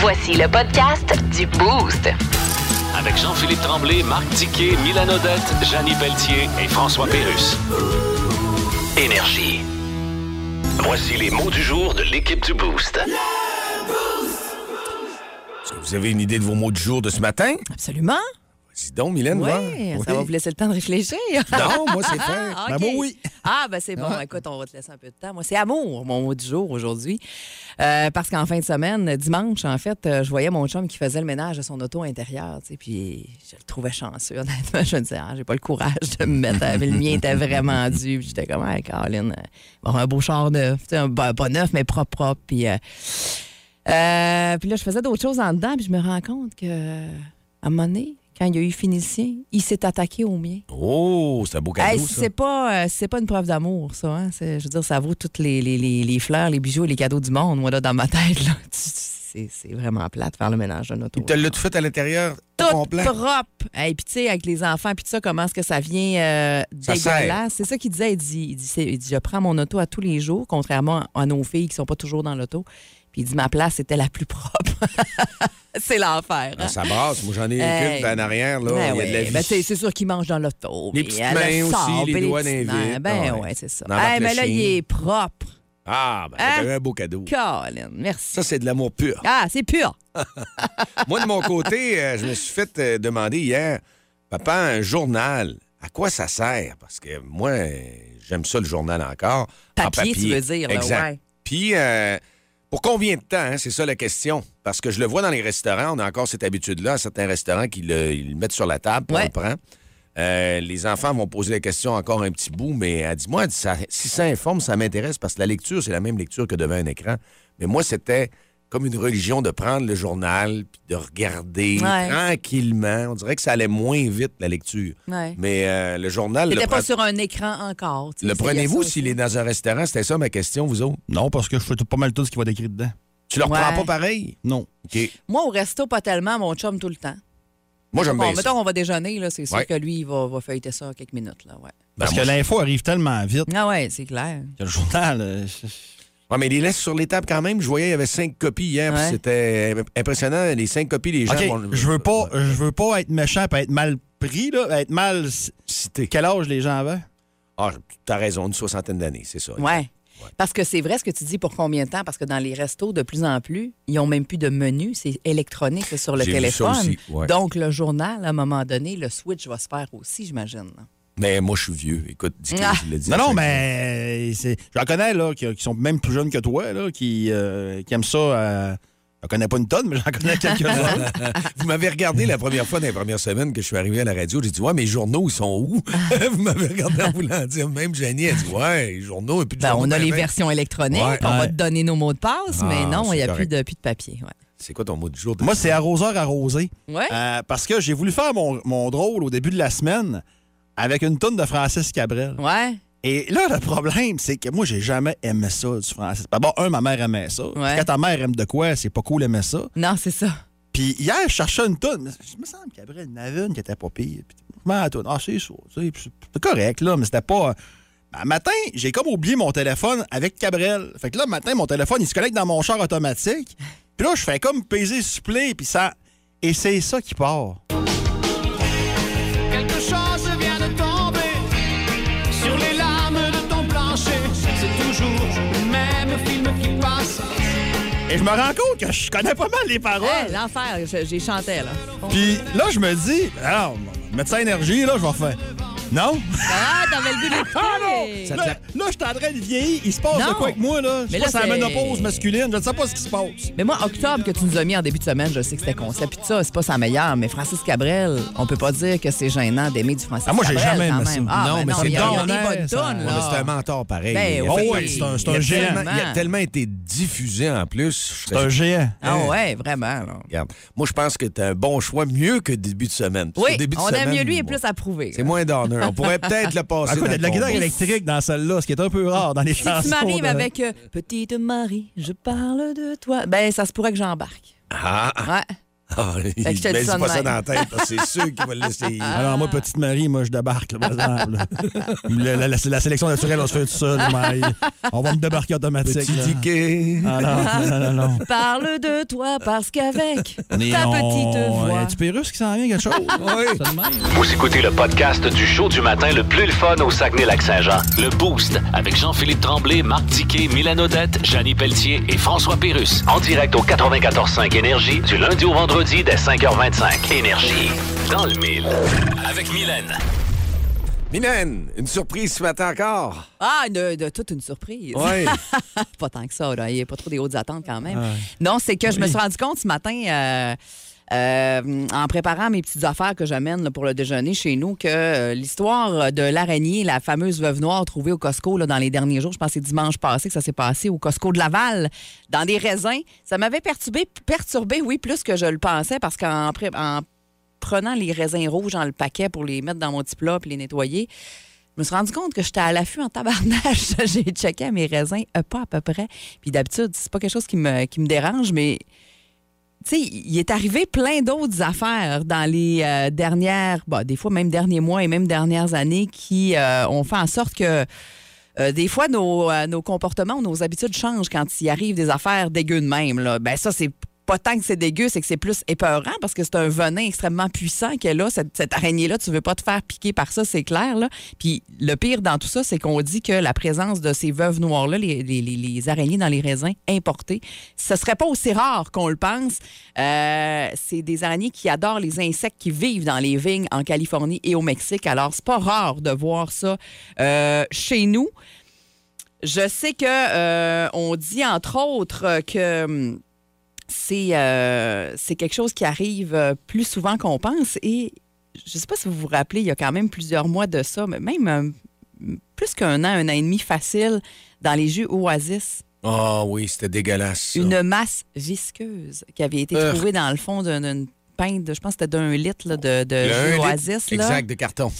Voici le podcast du Boost. Avec Jean-Philippe Tremblay, Marc Tiquet, Milan Odette, Janine Pelletier et François Pérus. Énergie. Voici les mots du jour de l'équipe du Boost. Est-ce que vous avez une idée de vos mots du jour de ce matin? Absolument. Dis donc, Mylène, Oui, va. ça va vous laisser le temps de réfléchir. Non, moi, c'est fait. Ah, Ben, OK. moi, oui. Ah, ben c'est bon. Écoute, on va te laisser un peu de temps. Moi, c'est amour, mon mot du jour aujourd'hui. Euh, parce qu'en fin de semaine, dimanche, en fait, euh, je voyais mon chum qui faisait le ménage de son auto intérieure. tu sais, Puis je le trouvais chanceux, honnêtement. Je me disais, ah, j'ai pas le courage de me mettre. à- mais le mien était vraiment dû. Puis j'étais comme, hey, Caroline, euh, bon, un beau char neuf. Tu sais, un, pas pas neuf, mais propre, propre. Puis. euh, euh, puis là, je faisais d'autres choses en dedans, puis je me rends compte que, euh, à un moment donné, quand il y a eu fini le sien, il s'est attaqué au mien. Oh, c'est un beau Hey, cadeau, ça. c'est pas, euh, c'est pas une preuve d'amour, ça. hein. C'est- Je veux dire, ça vaut toutes les, les- les- les fleurs, les bijoux et les cadeaux du monde. Moi, là, dans ma tête, là, tu- tu- c'est c'est vraiment plate de faire le ménage d'un auto. Il te l'a tout fait à l'intérieur, au Tout complet. propre. Et puis, tu sais, avec les enfants, puis tout ça, comment est-ce que ça vient euh, Ça dégueulasse. C'est ça qu'il disait. Il dit, il, dit, c'est- il dit, je prends mon auto à tous les jours, contrairement à nos filles qui sont pas toujours dans l'auto. Puis il dit, ma place était la plus propre. c'est l'enfer. hein. Ah, ça brasse. Moi, j'en ai Hey. une en arrière, là. Ben il y a de la ouais. vie. Ben, tu sais, c'est sûr qu'il mange dans l'auto. Les puis petites elle le mains aussi, sort, les puis doigts petites dans les mains. vitres. Ben Ah ouais. ouais, c'est ça. Dans la Eh, mais là, flèche. il est propre. Ah, ben, Hein? t'as eu un beau cadeau. Colin, merci. Ça, c'est de l'amour pur. Ah, c'est pur. Moi, de mon côté, euh, je me suis fait euh, demander hier, papa, un journal, à quoi ça sert? Parce que moi, euh, j'aime ça, le journal encore. en Papier, tu veux dire, là, exact. ouais. Puis, euh, pour combien de temps, hein, c'est ça la question? Parce que je le vois dans les restaurants, on a encore cette habitude-là, à certains restaurants qui le, ils le mettent sur la table, puis on Ouais. le prend. Euh, les enfants vont poser la question encore un petit bout, mais elle dit, moi, elle dit, ça- si ça informe, ça m'intéresse parce que la lecture, c'est la même lecture que devant un écran. Mais moi, c'était comme une religion de prendre le journal, puis de regarder Ouais. tranquillement. On dirait que ça allait moins vite, la lecture. Ouais. Mais euh, le journal... le T'étais prend- pas sur un écran encore. tu sais, le c'est- il y a prenez-vous ça s'il aussi. est dans un restaurant? C'était ça ma question, vous autres. Non, parce que je fais tout- pas mal tout ce qui va décrire dedans. Tu le reprends Ouais. pas pareil? Non. OK. Moi, au resto, pas tellement, mon chum, tout le temps. Moi, j'aime Oh, Bon, bien mettons ça. Ben, qu'on va déjeuner, là, c'est sûr Ouais. que lui, il va, va feuilleter ça en quelques minutes, là, ouais. Parce Ben, que moi, l'info arrive tellement vite Ah ouais, c'est clair. que le journal. euh, je- Ouais, mais il les laisse sur les tables quand même. Je voyais, il y avait cinq copies hier. puis Ouais. C'était impressionnant. Les cinq copies, les gens OK, vont- je veux pas, euh, je veux pas être méchant et être mal pris, là, être mal. Cité. Quel âge les gens avaient? Ah, t'as raison, une soixantaine d'années, c'est ça. Ouais. Parce que c'est vrai ce que tu dis pour combien de temps? Parce que dans les restos, de plus en plus, ils ont même plus de menu, c'est électronique c'est sur le J'ai vu ça téléphone. aussi, ouais. Donc, le journal, à un moment donné, le switch va se faire aussi, j'imagine. là. Mais moi, je suis vieux. Écoute, dis Ah. je le dis. Non, non, Ça, mais euh, c'est- j'en connais là, qui, qui sont même plus jeunes que toi, là, qui, euh, qui aiment ça. euh, j'en connais pas une tonne, mais j'en connais quelques-uns. Vous m'avez regardé la première fois dans les premières semaines que je suis arrivé à la radio. J'ai dit, ouais, mes journaux, ils sont où? Ah. Vous m'avez regardé en voulant dire. Même Jenny, elle dit, ouais, les journaux, et puis de Ben, journaux, on a ben, les ben. versions électroniques, Ouais. on va Ouais. te donner nos mots de passe, Ah, mais non, c'est il n'y a plus correct. de, plus de papier. Ouais. C'est quoi ton mot du jour? de- Moi, c'est arroseur arrosé. Ouais? Euh, parce que j'ai voulu faire mon, mon drôle au début de la semaine avec une tonne de Francis Cabrel. Ouais. Et là, le problème, c'est que moi, j'ai jamais aimé ça du français. D'abord, un, ma mère aimait ça. Puis Quand ta mère aime de quoi, c'est pas cool aimer ça. Non, c'est ça. Puis hier, je cherchais une tonne. mais Je me semble qu'il y avait une navine qui était pas pire. Puis je m'en tourne. Ah, c'est ça. tu sais, puis c'est- C'est correct, là, mais c'était pas. Ben, matin, j'ai comme oublié mon téléphone avec Cabrel. Fait que là, matin, mon téléphone, il se connecte dans mon char automatique. Puis là, je fais comme peser supplé, puis ça. Et c'est ça qui part. Quelque chose vient de tomber sur les lames de ton plancher. C'est toujours le même film qui passe. Et je me rends compte que je connais pas mal les paroles. Hey, L'enfer, je- j'ai chanté, là. Puis là, je me dis, alors, médecin énergie, là, je vais refaire. Non? Ah, t'avais le goût de Là, l'écouter. là, je suis en train de vieillir. Il se passe de Non. quoi avec moi, là? Je sais pas Mais là, si c'est la c'est- ménopause masculine. Je ne sais pas ce qui se passe. Mais moi, octobre que tu nous as mis en début de semaine, je sais que c'était concept. Puis ça, c'est pas sa meilleure, mais Francis Cabrel, on peut pas dire que c'est gênant d'aimer du Francis Ah, moi, j'ai Cabrel. jamais quand aimé même. ça. Ah, Non, mais non, c'est il y a- il y a donné, des bonnes ça. tonnes, Ouais, mais c'est un là. mentor pareil. Ben Il a oui. fait Oh, Ouais, c'est un- c'est un Il a géant. tellement- Il a tellement été diffusé en plus. C'est un géant. Ah ouais, vraiment. là. Regarde, moi, je pense que t'as un bon choix mieux que début de semaine. Parce Oui, que début de on aime semaine, mieux lui et moi, plus approuvé. C'est moins d'honneur. On pourrait peut-être le passer. Ah, écoute, il y dans a de la le guitare combo. électrique dans celle-là, ce qui est un peu rare dans les Si chansons. tu m'arrives de- avec euh, Petite Marie, je parle de toi », ben ça se pourrait que j'embarque. Ah, ah, Ouais. Ah, il que je te le me dis dit ça de pas ça même. Ah, dans la tête, parce que c'est sûr qu'il va l'essayer. Alors, moi, petite Marie, moi, je débarque, là, par exemple. là. Le- la, la- la sélection naturelle, on se fait tout seul. mais on va me débarquer automatique. Petit là. ticket. Ah non, non, non, non. Parle de toi parce qu'avec ta On est- on- petite y a voix. du Pérus qui s'en vient, quelque chose? oui. Vous écoutez le podcast du show du matin le plus le fun au Saguenay-Lac-Saint-Jean. Le Boost avec Jean-Philippe Tremblay, Marc Tiquet, Milan Odette, Janine Pelletier et François Pérus. En direct au 94.5 Énergie du lundi au vendredi dès 5h25. Énergie. Dans le mille. Avec Mylène. Mylène, une surprise ce matin encore. Ah, de, de toute une surprise. Oui. pas tant que ça. là. Il n'y a pas trop des hautes attentes quand même. Non, c'est que je me suis rendu compte ce matin, euh, euh, en préparant mes petites affaires que j'amène là, pour le déjeuner chez nous, que euh, l'histoire de l'araignée, la fameuse veuve noire trouvée au Costco là, dans les derniers jours, je pense que c'est dimanche passé que ça s'est passé au Costco de Laval, dans des raisins, ça m'avait perturbé, perturbé, oui, plus que je le pensais, parce qu'en pré- en prenant les raisins rouges dans le paquet pour les mettre dans mon petit plat puis les nettoyer, je me suis rendu compte que j'étais à l'affût en tabarnage. J'ai checké à mes raisins, euh, pas à peu près. Puis d'habitude, c'est pas quelque chose qui me, qui me dérange, mais tu sais, il est arrivé plein d'autres affaires dans les euh, dernières, bah, des fois même derniers mois et même dernières années qui euh, ont fait en sorte que euh, des fois, nos, euh, nos comportements ou nos habitudes changent quand il arrive des affaires dégueu de même. Là. Ben ça, c'est pas tant que c'est dégueu, c'est que c'est plus épeurant parce que c'est un venin extrêmement puissant qu'elle a, cette, cette araignée-là. Tu veux pas te faire piquer par ça, c'est clair. Là. Puis le pire dans tout ça, c'est qu'on dit que la présence de ces veuves noires-là, les, les- les- les araignées dans les raisins importés, ce serait pas aussi rare qu'on le pense. Euh, c'est des araignées qui adorent les insectes qui vivent dans les vignes en Californie et au Mexique. Alors, c'est pas rare de voir ça euh, chez nous. Je sais que euh, on dit entre autres euh, que hum, c'est euh, c'est quelque chose qui arrive euh, plus souvent qu'on pense et je sais pas si vous vous rappelez, il y a quand même plusieurs mois de ça, mais même euh, plus qu'un an, un an et demi facile dans les jeux Oasis, Ah oui, c'était dégueulasse. ça. une masse visqueuse qui avait été Euh. trouvée dans le fond d'une- d'une pinte, de- je pense que c'était d'un litre là, de, de Le un jeux litre Oasis. là. Exact, de carton.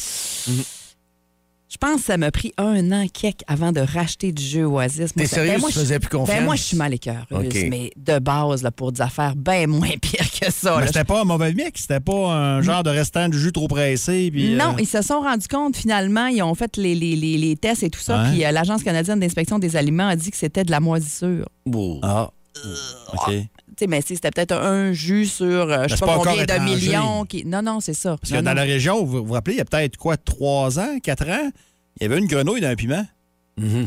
Je pense que ça m'a pris un an quelque avant de racheter du jeu Oasis. Moi, T'es ça- sérieux, Ben, moi, tu je- faisais plus confiance? Ben moi, je suis mal écœureuse, OK. mais de base, là, pour des affaires bien moins pires que ça. Ah, là. Mm. Mais c'était pas Ben, un mauvais mix, c'était pas un genre de restant du jus trop pressé. Puis, Non, euh, ils se sont rendus compte finalement, ils ont fait les, les- les- les tests et tout ça, Ouais. puis euh, l'Agence canadienne d'inspection des aliments a dit que c'était de la moisissure. Ouh. Ah. Euh, OK. Tu sais, mais si c'était peut-être un jus sur euh, je Ben, c'est sais pas pas, encore combien de étranger. millions. Qui... Non, non, c'est ça. Parce Non, que dans non. la région, vous vous vous rappelez, il y a peut-être quoi, 3 ans, 4 ans, il y avait une grenouille dans un piment.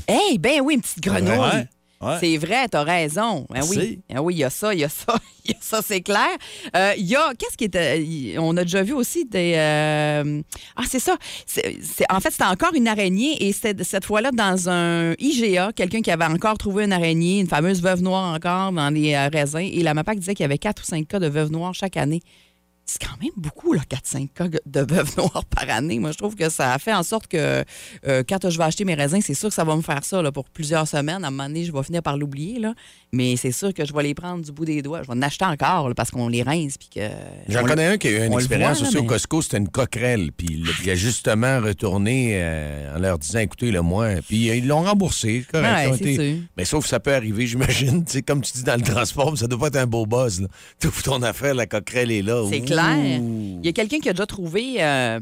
Hey, ben oui, une petite grenouille. Ah, Ouais. Ouais. C'est vrai, t'as raison. Ah Merci. oui, ah oui, il y a ça, il y a ça, il y a ça, c'est clair. Euh, Il y a, qu'est-ce qui était, il- on a déjà vu aussi des, euh, ah c'est ça. C'est, c'est- en fait, c'était encore une araignée et c'était cette fois-là dans un IGA, quelqu'un qui avait encore trouvé une araignée, une fameuse veuve noire encore dans les euh, raisins. Et la MAPAC disait qu'il y avait 4 ou 5 cas de veuve noire chaque année. C'est quand même beaucoup, là, 4-5 cas de veuve noire par année. Moi, je trouve que ça a fait en sorte que euh, quand je vais acheter mes raisins, c'est sûr que ça va me faire ça là, pour plusieurs semaines. À un moment donné, je vais finir par l'oublier, là. mais c'est sûr que je vais les prendre du bout des doigts. Je vais en acheter encore là, parce qu'on les rince. Puis que... J'en connais un qui a eu une on le expérience voit, là, aussi au mais- Costco, c'était une coquerelle. Puis il il a justement retourné euh, en leur disant écoutez-le moi. Puis euh, ils l'ont remboursé. c'est correct, Ouais, ils ont c'est été- sûr. Mais sauf que ça peut arriver, j'imagine. Tu sais, comme tu dis dans le transport, mais ça doit pas être un beau buzz. là. T'ouvres ton affaire, la coquerelle est là. C'est Ouh. clair. Il y a quelqu'un qui a déjà trouvé euh,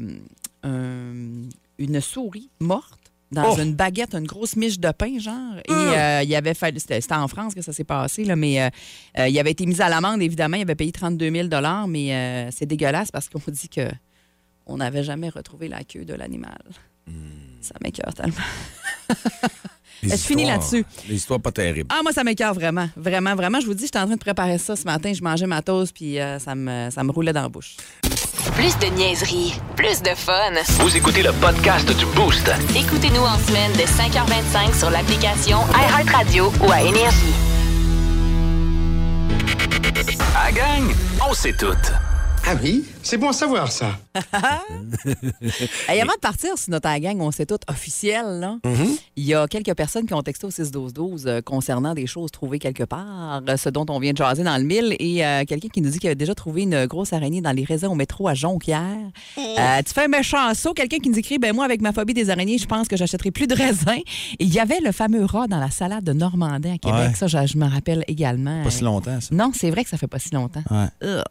un- une souris morte dans Oh! une baguette, une grosse miche de pain, genre. Et euh, il avait fallu. C'était c'était en France que ça s'est passé, là, mais euh, euh, il avait été mis à l'amende, évidemment. Il avait payé 32 000 mais euh, c'est dégueulasse parce qu'on dit que on n'avait jamais retrouvé la queue de l'animal. Ça m'écœure tellement. Les Je finis histoires- là-dessus. Les histoires pas terribles. Ah, moi, ça m'écœure vraiment. Vraiment, vraiment. Je vous dis, j'étais en train de préparer ça ce matin. Je mangeais ma toast, puis euh, ça, me, ça me roulait dans la bouche. Plus de niaiserie, plus de fun. Vous écoutez le podcast du Boost. Écoutez-nous en semaine de 5h25 sur l'application iHeartRadio ou à Énergie. À gang, on sait tout. Ah oui, c'est bon à savoir ça. Hey, avant de partir sur notre gang, on sait tout officiel, là. Mm-hmm. Il y a quelques personnes qui ont texté au 6-12-12 euh, concernant des choses trouvées quelque part, euh, ce dont on vient de jaser dans le mille, et euh, quelqu'un qui nous dit qu'il a déjà trouvé une grosse araignée dans les raisins au métro à Jonquière. Mm. Euh, tu fais un méchant saut. Quelqu'un qui nous écrit, ben moi, avec ma phobie des araignées, je pense que j'achèterai plus de raisins. Et il y avait le fameux rat dans la salade de Normandin à Québec. Ouais. Ça, je, je m'en rappelle également. Pas si longtemps, ça. Non, c'est vrai que ça fait pas si longtemps. Ouais. Ugh.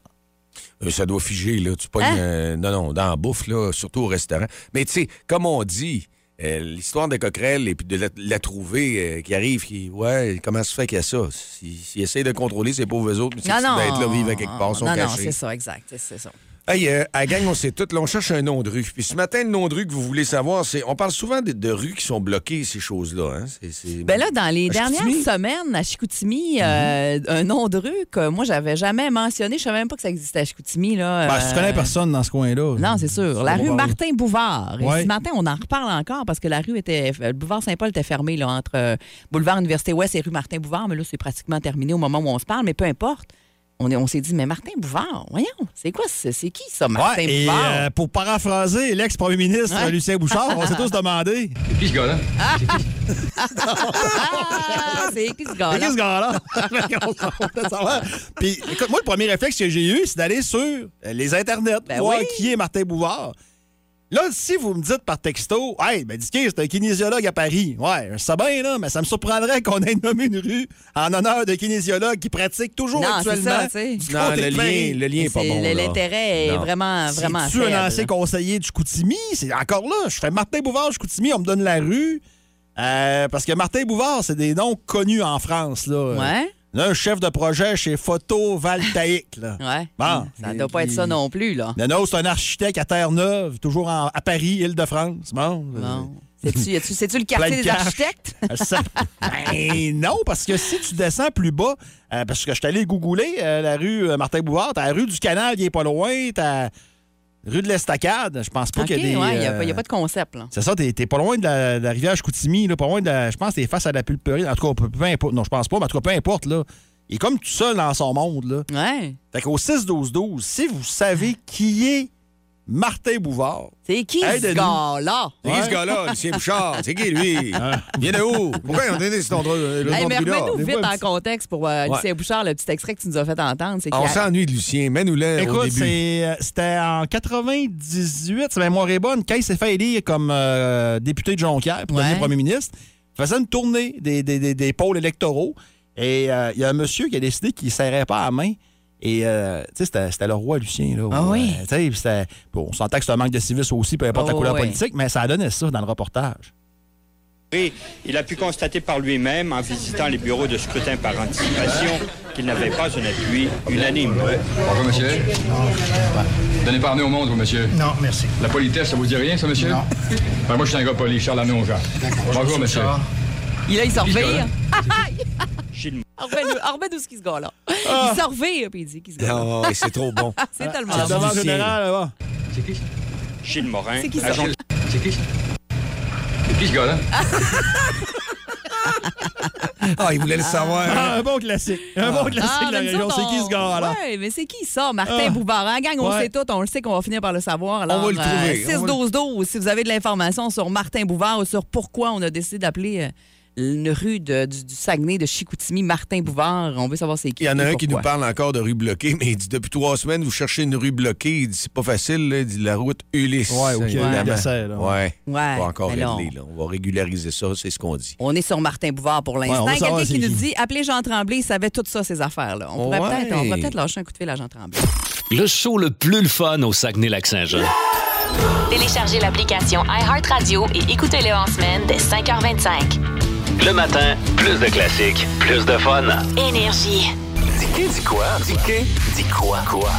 Euh, Ça doit figer, là. Tu pognes. Hein? euh, non, non, dans la bouffe, là, surtout au restaurant. Mais tu sais, comme on dit, euh, l'histoire de Coquerel et puis de la, la trouver euh, qui arrive, qui. Ouais, comment se fait qu'il y a ça? S'ils s'ils essayent de contrôler ces pauvres autres, mais c'est Ah, Non, non. d'être là, vivre à quelque part, sont Non, non, cachés. c'est ça, exact. c'est- C'est ça. Hey, euh, à la gang, on sait tout. Là, on cherche un nom de rue. Puis ce matin, le nom de rue que vous voulez savoir, c'est. On parle souvent de, de rues qui sont bloquées, ces choses-là. Hein? C'est- c'est- Ben là, dans les À dernières Chicoutimi? semaines à Chicoutimi, Mhm. euh, un nom de rue que moi, j'avais jamais mentionné. Je savais même pas que ça existait à Chicoutimi. Là, Ben, si tu euh, connais personne dans ce coin-là. Non, c'est sûr. La va rue parler. Martin Bouvard. Et Ouais. ce matin, on en reparle encore parce que la rue était. Le boulevard Saint-Paul était fermé là, entre euh, boulevard Université Ouest et rue Martin Bouvard, mais là, c'est pratiquement terminé au moment où on se parle, mais peu importe. On est- on s'est dit, mais Martin Bouvard, voyons, c'est quoi, ce- c'est qui ça, Ouais, Martin et Bouvard? euh, pour paraphraser l'ex-premier ministre Ouais. Lucien Bouchard, on s'est tous demandé Ah, c'est qui ce gars-là? Mais qu'est-ce qu'on a là? On voulait savoir. Puis, écoute, moi, le premier réflexe que j'ai eu, c'est d'aller sur euh, les internets, Ben voir oui. qui est Martin Bouvard. Là, si vous me dites par texto, hey, ben, dis c'est un kinésiologue à Paris. Ouais, je sais bien, là, mais ça me surprendrait qu'on ait nommé une rue en honneur d'un kinésiologue qui pratique toujours Non, c'est actuellement. ça, tu sais. du Non, côté le de lien, Paris. le lien est pas C'est- bon. le- là. L'intérêt est Non. vraiment, vraiment tu un faible. ancien conseiller du Koutimi, c'est encore là. Je fais Martin Bouvard, du Koutimi, on me donne la rue. Euh, parce que Martin Bouvard, c'est des noms connus en France. Là. Ouais, Il y en a un chef de projet chez Photovoltaïque. Là. ouais. Bon. Ça doit pas être ça non plus, là. Il y en a un autre, c'est un architecte à Terre-Neuve, toujours en- à Paris, Île-de-France. Bon. euh, Non. C'est-tu, y a-tu- c'est-tu le Plein de quartier des cash. architectes? Euh, ça- ben non, parce que si tu descends plus bas, euh, parce que je suis allé googler euh, la rue euh, Martin Bouvard, t'as la rue du Canal qui est pas loin, t'as rue de l'Estacade, je pense pas OK, qu'il y a des. ouais, y a, euh, pas- y a pas de concept, là. C'est ça, t'es t'es pas loin de la, de la rivière Chicoutimi, là, pas loin de la- Je pense que t'es face à la pulperie. En tout cas, peu, peu importe. Non, je pense pas, mais en tout cas, peu importe, là. Il est comme tout seul dans son monde, là. Ouais. Fait qu'au 6-12-12, si vous savez qui est Martin Bouvard, C'est qui Hey, ce Denis. gars-là? C'est qui ce Ouais. gars-là, Lucien Bouchard? C'est qui, lui? Il vient de où? Pourquoi ils ont donné ce nom de le Hey, nom de mais rue-là? remets-nous Des vite fois, un en petit- contexte pour euh, Lucien Bouchard, le petit extrait que tu nous as fait entendre. C'est Ah, On qu'il a- s'ennuie de Lucien. Mets-nous-le au Écoute, début. c'est- euh, c'était en 98, si ma mémoire est bonne, quand il s'est fait élire comme euh, député de Jonquière pour Ouais. devenir premier ministre. Il faisait une tournée des, des- des- des pôles électoraux et euh, il y a un monsieur qui a décidé qu'il ne serrait pas la main. Et, euh, tu sais, c'était c'était le roi Lucien, là. Ah oui? Euh, tu sais, puis c'était- bon, on s'entend que c'est un manque de civisme aussi, peu importe Oh la couleur oui. politique, mais ça donnait ça dans le reportage. Et il a pu constater par lui-même, en visitant les bureaux de scrutin par anticipation, qu'il n'avait pas un appui unanime. Bonjour, monsieur. Donnez pas au monde, vous, monsieur. Non, merci. La politesse, ça vous dit rien, ça, monsieur? Non. Ben, moi, je suis un gars poli, Charles Hanon Jean. Bonjour, monsieur. Il, là, il s'en ce revire. gars-là? Gilles- Ah, Remets-nous remets-nous ce qui se gars-là. Ah. Il s'en revire, puis il dit qui ce gars-là. Oh, et c'est trop bon. C'est tellement c'est bon. dommage. Lucien. là-bas. Gilles Morin, C'est qui ça? agent C'est qui? C'est qui, ce gars-là? Ah, il voulait le savoir. Ah, un bon classique. Un bon classique Ah, de la mais nous région. autres, C'est qui on- ce gars-là? Ouais, mais c'est qui ça, Martin Ah. Bouvard? En gang, on Ouais. le sait tout, on le sait qu'on va finir par le savoir. va le Alors, euh, trouver, on va le- 6-12-12, si vous avez de l'information sur Martin Bouvard ou sur pourquoi on a décidé d'appeler euh, une rue de- du, du Saguenay de Chicoutimi Martin Bouvard, on veut savoir c'est qui. Il y en a et un qui nous pourquoi. parle encore de rue bloquée, mais il dit depuis trois semaines, vous cherchez une rue bloquée. Il dit c'est pas facile, là. il dit la route Ulysse. Ouais, ok, évidemment. le dessert, là. Ouais. Ouais, Pas encore mais non. réglé, là. On va régulariser ça, c'est ce qu'on dit. On est sur Martin Bouvard pour l'instant. on veut savoir Quelqu'un qui c'est nous qui. dit appelez Jean Tremblay, il savait tout ça, ces affaires-là. On pourrait Ouais. peut-être on pourrait peut-être lâcher un coup de fil à Jean Tremblay. Le show le plus le fun au Saguenay-Lac-Saint-Jean. Téléchargez l'application iHeartRadio et écoutez-le en semaine dès 5h25. Le matin, plus de classiques, plus de fun. Énergie. Dis quoi? Dis quoi? Quoi?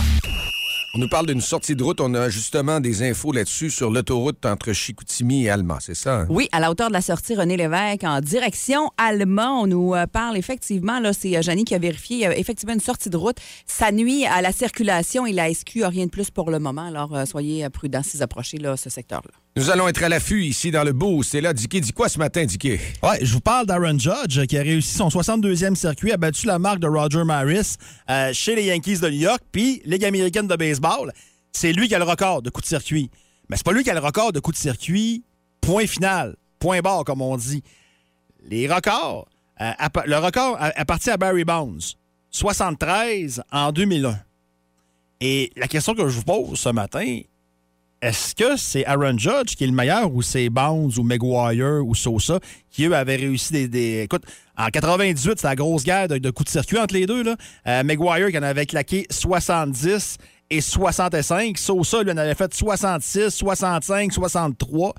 On nous parle d'une sortie de route. On a justement des infos là-dessus sur l'autoroute entre Chicoutimi et Alma, c'est ça? hein? Oui, à la hauteur de la sortie René Lévesque en direction Allemand. On nous euh, parle effectivement, là, c'est euh, Janie qui a vérifié, il y a effectivement une sortie de route. Ça nuit à la circulation et la SQ a rien de plus pour le moment. Alors, euh, soyez euh, prudents si vous approchez là, ce secteur-là. Nous allons être à l'affût ici dans le beau. C'est là, Dicky, dis quoi ce matin, Dicky? Ouais, je vous parle d'Aaron Judge euh, qui a réussi son 62e circuit, a battu la marque de Roger Maris euh, chez les Yankees de New York, puis Ligue américaine de baseball. C'est lui qui a le record de coups de circuit. Mais c'est pas lui qui a le record de coups de circuit, point final, point barre, comme on dit. Les records, euh, appa- le record a- appartient à Barry Bonds, 73 en 2001. Et la question que je vous pose ce matin, est-ce que c'est Aaron Judge qui est le meilleur ou c'est Bonds ou Maguire ou Sosa qui, eux, avaient réussi des. des- Écoute, en 98, c'était la grosse guerre de, de coups de circuit entre les deux. Là. Euh, Maguire qui en avait claqué 70 et 65. Sosa, lui, en avait fait 66, 65, 63.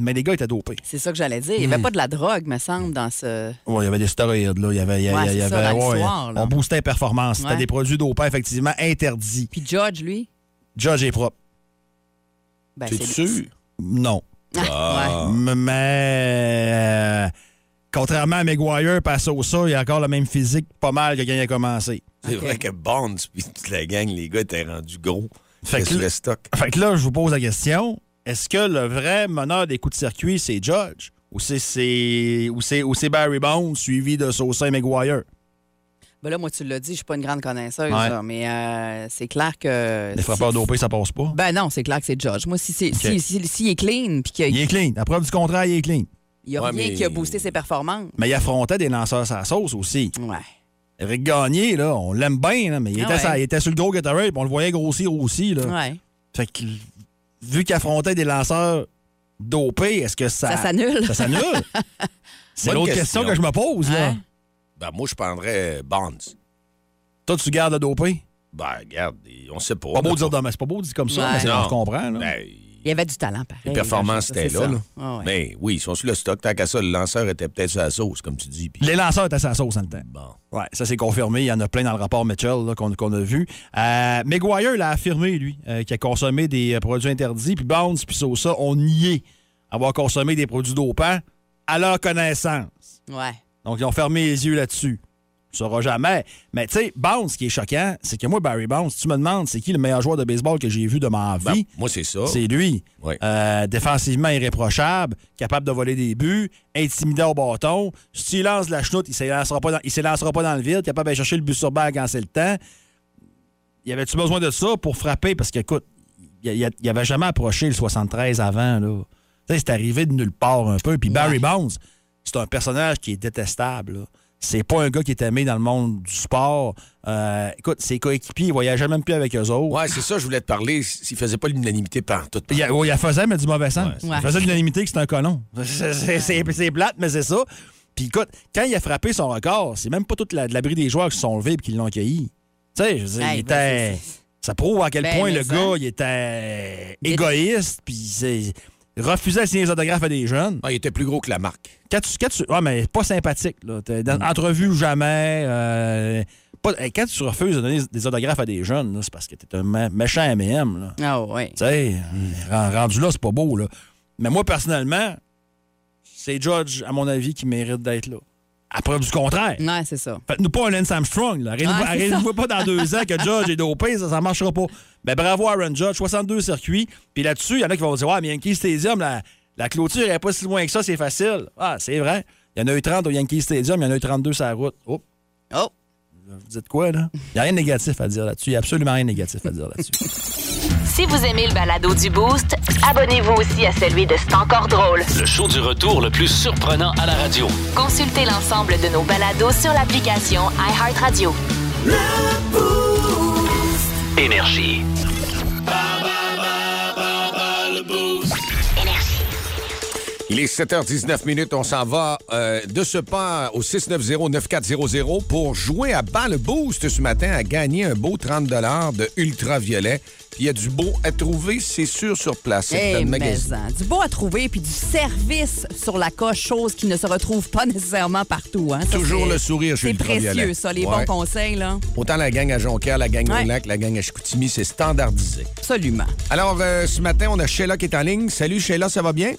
Mais les gars étaient dopés. C'est ça que j'allais dire. Il n'y avait pas de la drogue, me semble, dans ce. Ouais, il y avait des stéroïdes, là. Il y avait. il y Ouais, avait- il y c'est ça, avait- dans ouais, l'histoire, là. on boostait les performances. C'était Ouais. des produits dopants, effectivement, interdits. Puis George, lui, Judge est propre. ben, T'es c'est. sûr? Non. Ah, M- Mais. euh, Contrairement à McGuire, à Sosa, il a encore le même physique, pas mal que quand il a commencé. C'est vrai que Bonds puis toute la gang, les gars étaient rendus gros. Fait Fait que que le- le stock. Fait que là, je vous pose la question. Est-ce que le vrai meneur des coups de circuit, c'est Judge? Ou c'est- c'est ou c'est- ou c'est Barry Bones suivi de Sosa et McGuire? ouais. Ben là, moi, tu l'as dit, je suis pas une grande connaisseuse, Ouais. là, mais euh, c'est clair que. Les frappeurs dopés, ça passe pas. Ben non, c'est clair que c'est George. Moi, si c'est si, si- s'il est clean, puis qu'il Il n'y est clean. La preuve du contraire, il est clean. a Ouais, rien mais- qui a boosté ses performances. Mais il affrontait des lanceurs sa sauce aussi. Ouais. Eric Gagné, là, on l'aime bien, là, mais il, Ah était ouais. Ah sa- il était sur le gros Gatorade, puis on le voyait grossir aussi. Là. Ouais. Fait que, vu qu'il affrontait des lanceurs dopés, est-ce que ça, Ça s'annule. ça s'annule? c'est Bonne l'autre question. question. que je me pose. Là. Hein? Ben, moi, je prendrais Bonds. Toi, tu gardes le dopé? Ben, regarde, on sait pas. Pas beau de dire demain, c'est pas beau de dire comme ça, Ouais. mais c'est- Non. on se comprend. Là. Ben, Il y avait du talent, pareil. les performances là, Ben, je- étaient là. c'est là. ça. Ah Ouais, ouais. Mais oui, ils sont sur le stock. Tant qu'à ça, le lanceur était peut-être sur la sauce, comme tu dis. puis- Les lanceurs étaient sa sauce en le temps. Bon. Ouais, ça c'est confirmé. Il y en a plein dans le rapport Mitchell là, qu'on qu'on a vu. Euh, McGuire l'a affirmé, lui, euh, qu'il a consommé des euh, produits interdits. Puis Bounds, puis Sosa, on niait avoir consommé des produits dopants à leur connaissance. Ouais. Donc, ils ont fermé les yeux là-dessus. On ne saura jamais. Mais tu sais, Bounds, ce qui est choquant, c'est que moi, Barry Bounds, tu me demandes c'est qui le meilleur joueur de baseball que j'ai vu de ma Ben, vie. moi, c'est ça. C'est lui. Ouais. Euh, défensivement irréprochable, capable de voler des buts, intimidant au bâton. S'il lance de la chenoute, il ne s'élancera pas, dans- il s'élancera pas dans le vide, capable d'aller chercher le but sur balle quand c'est le temps. Y avait-tu besoin de ça pour frapper? Parce qu'écoute, il y a- il y avait jamais approché le 73 avant. Là. Tu sais, C'est arrivé de nulle part un peu. Puis Barry Bonds, c'est un personnage qui est détestable. là. C'est pas un gars qui est aimé dans le monde du sport. Euh, écoute, ses coéquipiers, ils voyageaient même plus avec eux autres. Ouais, c'est ça, je voulais te parler. S'ils faisaient pas l'unanimité par tout. Il y a, ouais, il y a faisait, mais du mauvais sens. Ouais. Il faisait de l'unanimité que c'est un colon. C'est- C'est c'est- c'est plate, mais c'est ça. Puis écoute, quand il a frappé son record, c'est même pas toute la, de l'abri des joueurs qui se sont levés et qui l'ont cueilli. Tu sais, je veux dire, Hey, il ben, était. c'est- c'est- Ça prouve à quel Ben, point mais le ça. gars, il était égoïste, puis c'est- il refusait de signer des autographes à des jeunes. Ah, il était plus gros que la marque. Quand tu. Quand tu ah, mais pas sympathique, là. T'es Mm. Dans, Entrevue jamais. euh, pas- hey, quand tu refuses de donner des autographes à des jeunes, là, c'est parce que t'es un mé- méchant M&M, là. Ah, ouais. Tu sais, ren- rendu là, c'est pas beau, là. Mais moi, personnellement, c'est Judge, à mon avis, qui mérite d'être là. À preuve du contraire. Ouais, c'est ça. Faites-nous pas un Lance Armstrong, là. Arrêtez-vous Ah, Mm. c'est ça. arrêtez-vous pas dans deux ans que Judge est dopé, ça, ça marchera pas. Mais bravo Aaron Judge, 62 circuits. Puis là-dessus, il y en a qui vont dire Ouais, mais Yankee Stadium, la, la clôture n'est pas si loin que ça, c'est facile. Ah, c'est vrai. Il y en a eu 30 au Yankee Stadium, il y en a eu 32 sur la route. Oh, Oh! vous dites quoi, là? Il n'y a rien de négatif à dire là-dessus. Il n'y a absolument rien de négatif à dire là-dessus. Si vous aimez le balado du Boost, abonnez-vous aussi à celui de C'est encore drôle. Le show du retour le plus surprenant à la radio. Consultez l'ensemble de nos balados sur l'application iHeartRadio. Énergie. Il est 7h19 minutes. On s'en va euh, de ce pas au 690-9400 pour jouer à Bas le Boost ce matin à gagner un beau 30 de ultraviolet. Puis il y a du beau à trouver, c'est sûr, sur place. Eh, C'est dans Hey, le mais magasin. en, du beau à trouver, puis du service sur la coche, chose qui ne se retrouve pas nécessairement partout. Hein. Ça, Toujours c'est- le sourire chez C'est Ultraviolet. précieux, ça, les Ouais. bons conseils, là. Autant la gang à Jonquière, la gang Ouais. au lac, la gang à Chicoutimi, c'est standardisé. Absolument. Alors, euh, ce matin, on a Sheila qui est en ligne. Salut Sheila, ça va bien?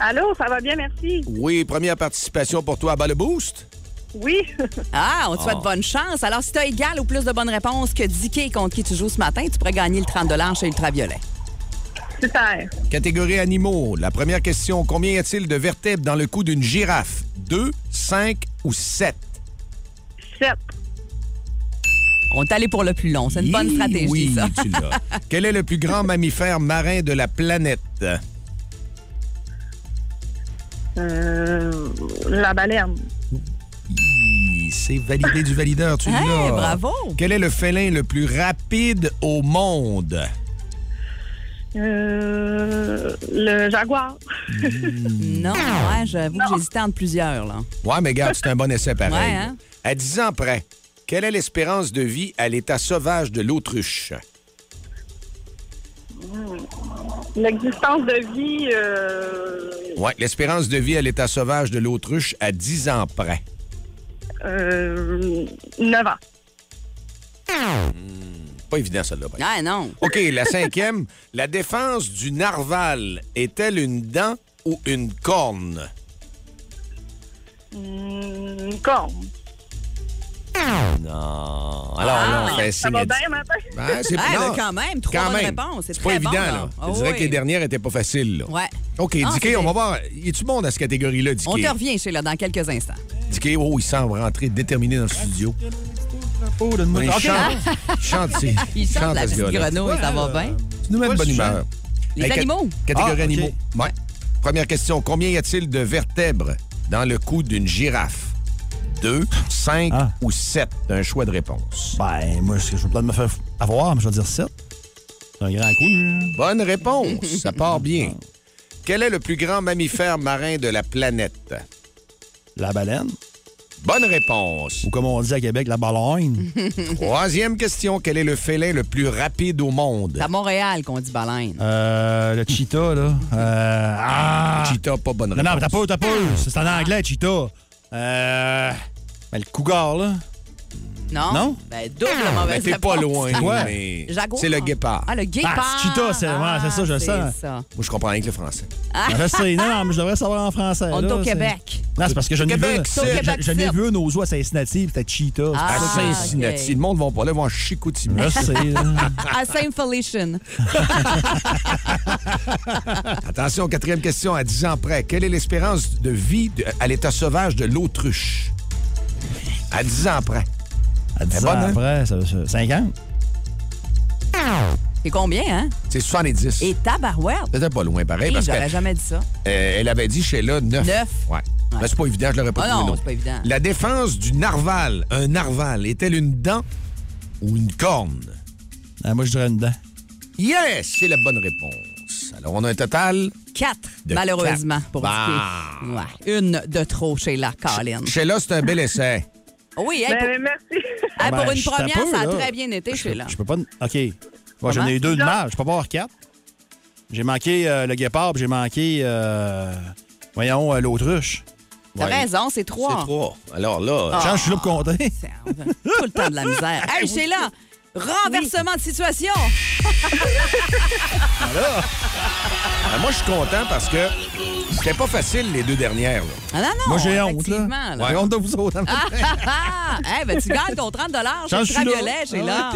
Allô, ça va bien, merci. Oui, première participation pour toi à Bas le Boost. Oui. Ah, on te souhaite bonne chance. Alors, si tu as égal ou plus de bonnes réponses que Dicky contre qui tu joues ce matin, tu pourrais gagner le 30 chez Ultraviolet. Super. Catégorie animaux. La première question, combien y a-t-il de vertèbres dans le cou d'une girafe? 2, 5 ou 7? Sept. On est allé pour le plus long. C'est une bonne stratégie, oui, ça. tu l'as. Quel est le plus grand mammifère marin de la planète? Euh, la baleine. Hi, C'est validé du valideur, tu Hey, l'as. bravo! Quel est le félin le plus rapide au monde? Euh, le jaguar. Non, ouais, j'avoue que j'hésitais entre plusieurs, là. Ouais, mais garde, c'est un bon essai pareil. Ouais, hein? À 10 ans près, quelle est l'espérance de vie à l'état sauvage de l'autruche? L'existence de vie, euh, Ouais, l'espérance de vie à l'état sauvage de l'autruche à 10 ans près. euh, 9 ans. Pas évident, celle-là. par exemple. Ah non. OK, la cinquième. la défense du narval est-elle une dent ou une corne? Hum, Une corne. Non. Alors, là, on fait Ah, ça signe va à dix- bien, matin? Ben, c'est Ah, non, ben, quand même, trois quand bonnes même. réponses, c'est C'est pas très évident, bon, là. là. Je Ah dirais oui. que les dernières étaient pas faciles, là. Ouais. OK, Ah, c'est Dicky, on bien. va voir. Y a-tu monde à cette catégorie-là, Dicky? On te revient chez là dans quelques instants. Dicky, oh, il semble rentrer déterminé dans le studio. Oh, Il Ok. chante. Il chante, c'est- Il chante la à ce petite gars-là. grenouille, ça va bien. Tu nous mets de bonne humeur. Les Hey, cat- animaux. Catégorie Ah, OK. animaux. Ouais. Première question. Combien y a-t-il de vertèbres dans le cou d'une girafe? Deux, cinq ou sept? Un choix de réponse. Ben, moi, je je veux pas me faire avoir, mais je vais dire 7. C'est un grand coup. hein. Bonne réponse. Ça part bien. Quel est le plus grand mammifère marin de la planète? La baleine. Bonne réponse. Ou comme on dit à Québec, la baleine. Troisième question. Quel est le félin le plus rapide au monde? C'est à Montréal qu'on dit baleine. Euh, le cheetah, là. Euh, ah! Cheetah, pas bonne Non, réponse. non, mais t'as pas, t'as pas. C'est en anglais, cheetah. Euh. Ben, le cougar, là. Non? non? Ben, double Ah. Ben, mauvaise t'es pas réponse. loin. Ouais. mais Jaguar. C'est le guépard. Ah, le guépard. Ah, c'est cheetah, c'est- ouais, Ah, c'est ça, je le sens. c'est ça. Moi, je comprends rien que le français. Je sais, non, non, mais je devrais savoir en français. On est Ben là, au c'est- Québec. Non, c'est parce que je n'ai vu, Québec, je- c'est- je- je n'ai Québec, vu une aux oies à Cincinnati, puis c'était cheetah. Ah, à ok. Cincinnati. Le monde va pas là, ils vont à Chicoutimi. Je sais, là. À Saint-Felician. Attention, quatrième question à 10 ans près. Quelle est l'espérance de vie de- à l'état sauvage de l'autruche? À 10 ans près. À 10 ans bonne, hein? après, ça, ça- 50. C'est combien, hein? C'est 70. Et tabarouette. C'était pas loin, pareil, Hey, Eh, ben, parce J'aurais qu'elle jamais dit ça. Euh, elle avait dit chez là 9. Neuf. Ouais. Mais c'est pas évident, je l'aurais pas Ah trouvé non, non. c'est pas évident. La défense du narval, un narval, est-elle une dent ou une corne? Ah, moi, je dirais une dent. Yes, c'est la bonne réponse. Alors, on a un total. Quatre, De malheureusement, quatre. pour Bah. Dicky. Ouais. Une de trop chez la Colin. Chez là, c'est un bel essai. Oui, hey, Ben, pour, merci. hey, pour Ben, une je première, t'appelle, ça a là. très bien été chez là. Je peux pas. OK. Bon, j'en Comment? ai eu deux de mal. Je peux pas avoir quatre. J'ai manqué euh, le guépard, puis j'ai manqué. euh, voyons, euh, l'autruche. T'as Ouais. raison, c'est trois. C'est trois. Alors là, Ah. Chance, je suis là pour compter. C'est- Tout le temps de la misère. Hey, Sheila, renversement de situation. Ben, moi, je suis content parce que c'était pas facile les deux dernières. là. Ah non, non. Moi, j'ai honte, effectivement, là. là. J'ai honte de vous autres. Ah, ah, ah. Hey, ben, tu gagnes ton 30 Chance, chez je suis là. Traviolet, Sheila.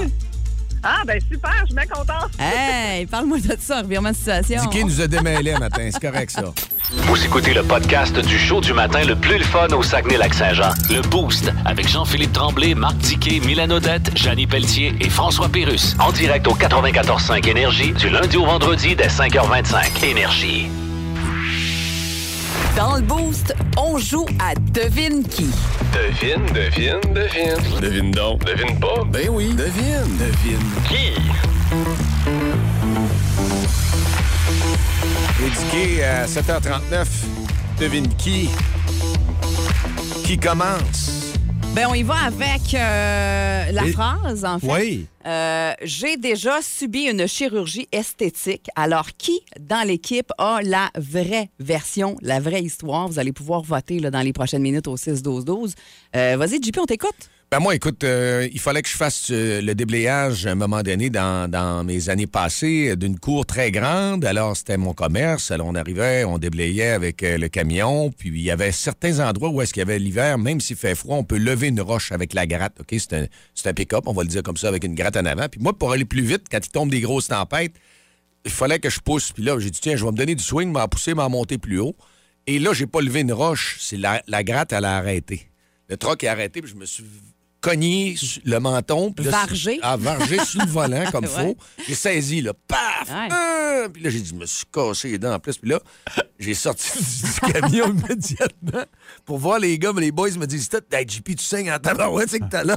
Ah, ben super, je suis bien contente. Hey, parle-moi de ça, revirement de situation. Dicky nous a démêlés matin, c'est correct Ah. ça. Vous écoutez le podcast du show du matin le plus le fun au Saguenay-Lac-Saint-Jean. Le Boost avec Jean-Philippe Tremblay, Marc Tiquet, Milan Odette, Janine Pelletier et François Pérus. En direct au 94.5 Énergie du lundi au vendredi dès 5h25. Énergie. Dans le boost, on joue à devine qui. Devine, devine, devine. Devine donc. Devine pas. Ben oui. Devine. Devine. Qui? Et Dicky, à 7h39, devine qui? Qui commence? Ben, on y va avec euh, la Et- phrase, en fait. Oui. Euh, J'ai déjà subi une chirurgie esthétique. Alors, qui dans l'équipe a la vraie version, la vraie histoire? Vous allez pouvoir voter là, dans les prochaines minutes au 6-12-12. Euh, Vas-y, JP, on t'écoute. Ben moi, écoute, euh, il fallait que je fasse euh, le déblayage à un moment donné dans, dans mes années passées euh, d'une cour très grande. Alors, c'était mon commerce. Alors, on arrivait, on déblayait avec euh, le camion. Puis, il y avait certains endroits où est-ce qu'il y avait l'hiver, même s'il fait froid, on peut lever une roche avec la gratte. OK? C'est un, c'est un pick-up, on va le dire comme ça, avec une gratte en avant. Puis moi, pour aller plus vite, quand il tombe des grosses tempêtes, il fallait que je pousse. Puis là, j'ai dit, tiens, je vais me donner du swing, m'en pousser, m'en monter plus haut. Et là, j'ai pas levé une roche. C'est la, la gratte, elle a arrêté. Le troc est arrêté, puis je me suis cogné sur le menton. Puis là, Vargé. Ah, vargé sur le volant, comme Ouais. faut. J'ai saisi, là, paf! Ouais. Ah! Puis là, j'ai dit, je me suis cassé les dents en plus. Puis là, j'ai sorti du, du camion immédiatement pour voir les gars, mais les boys me disent, Tête, hey, JP, tu saignes en tabarouette, c'est que t'as là.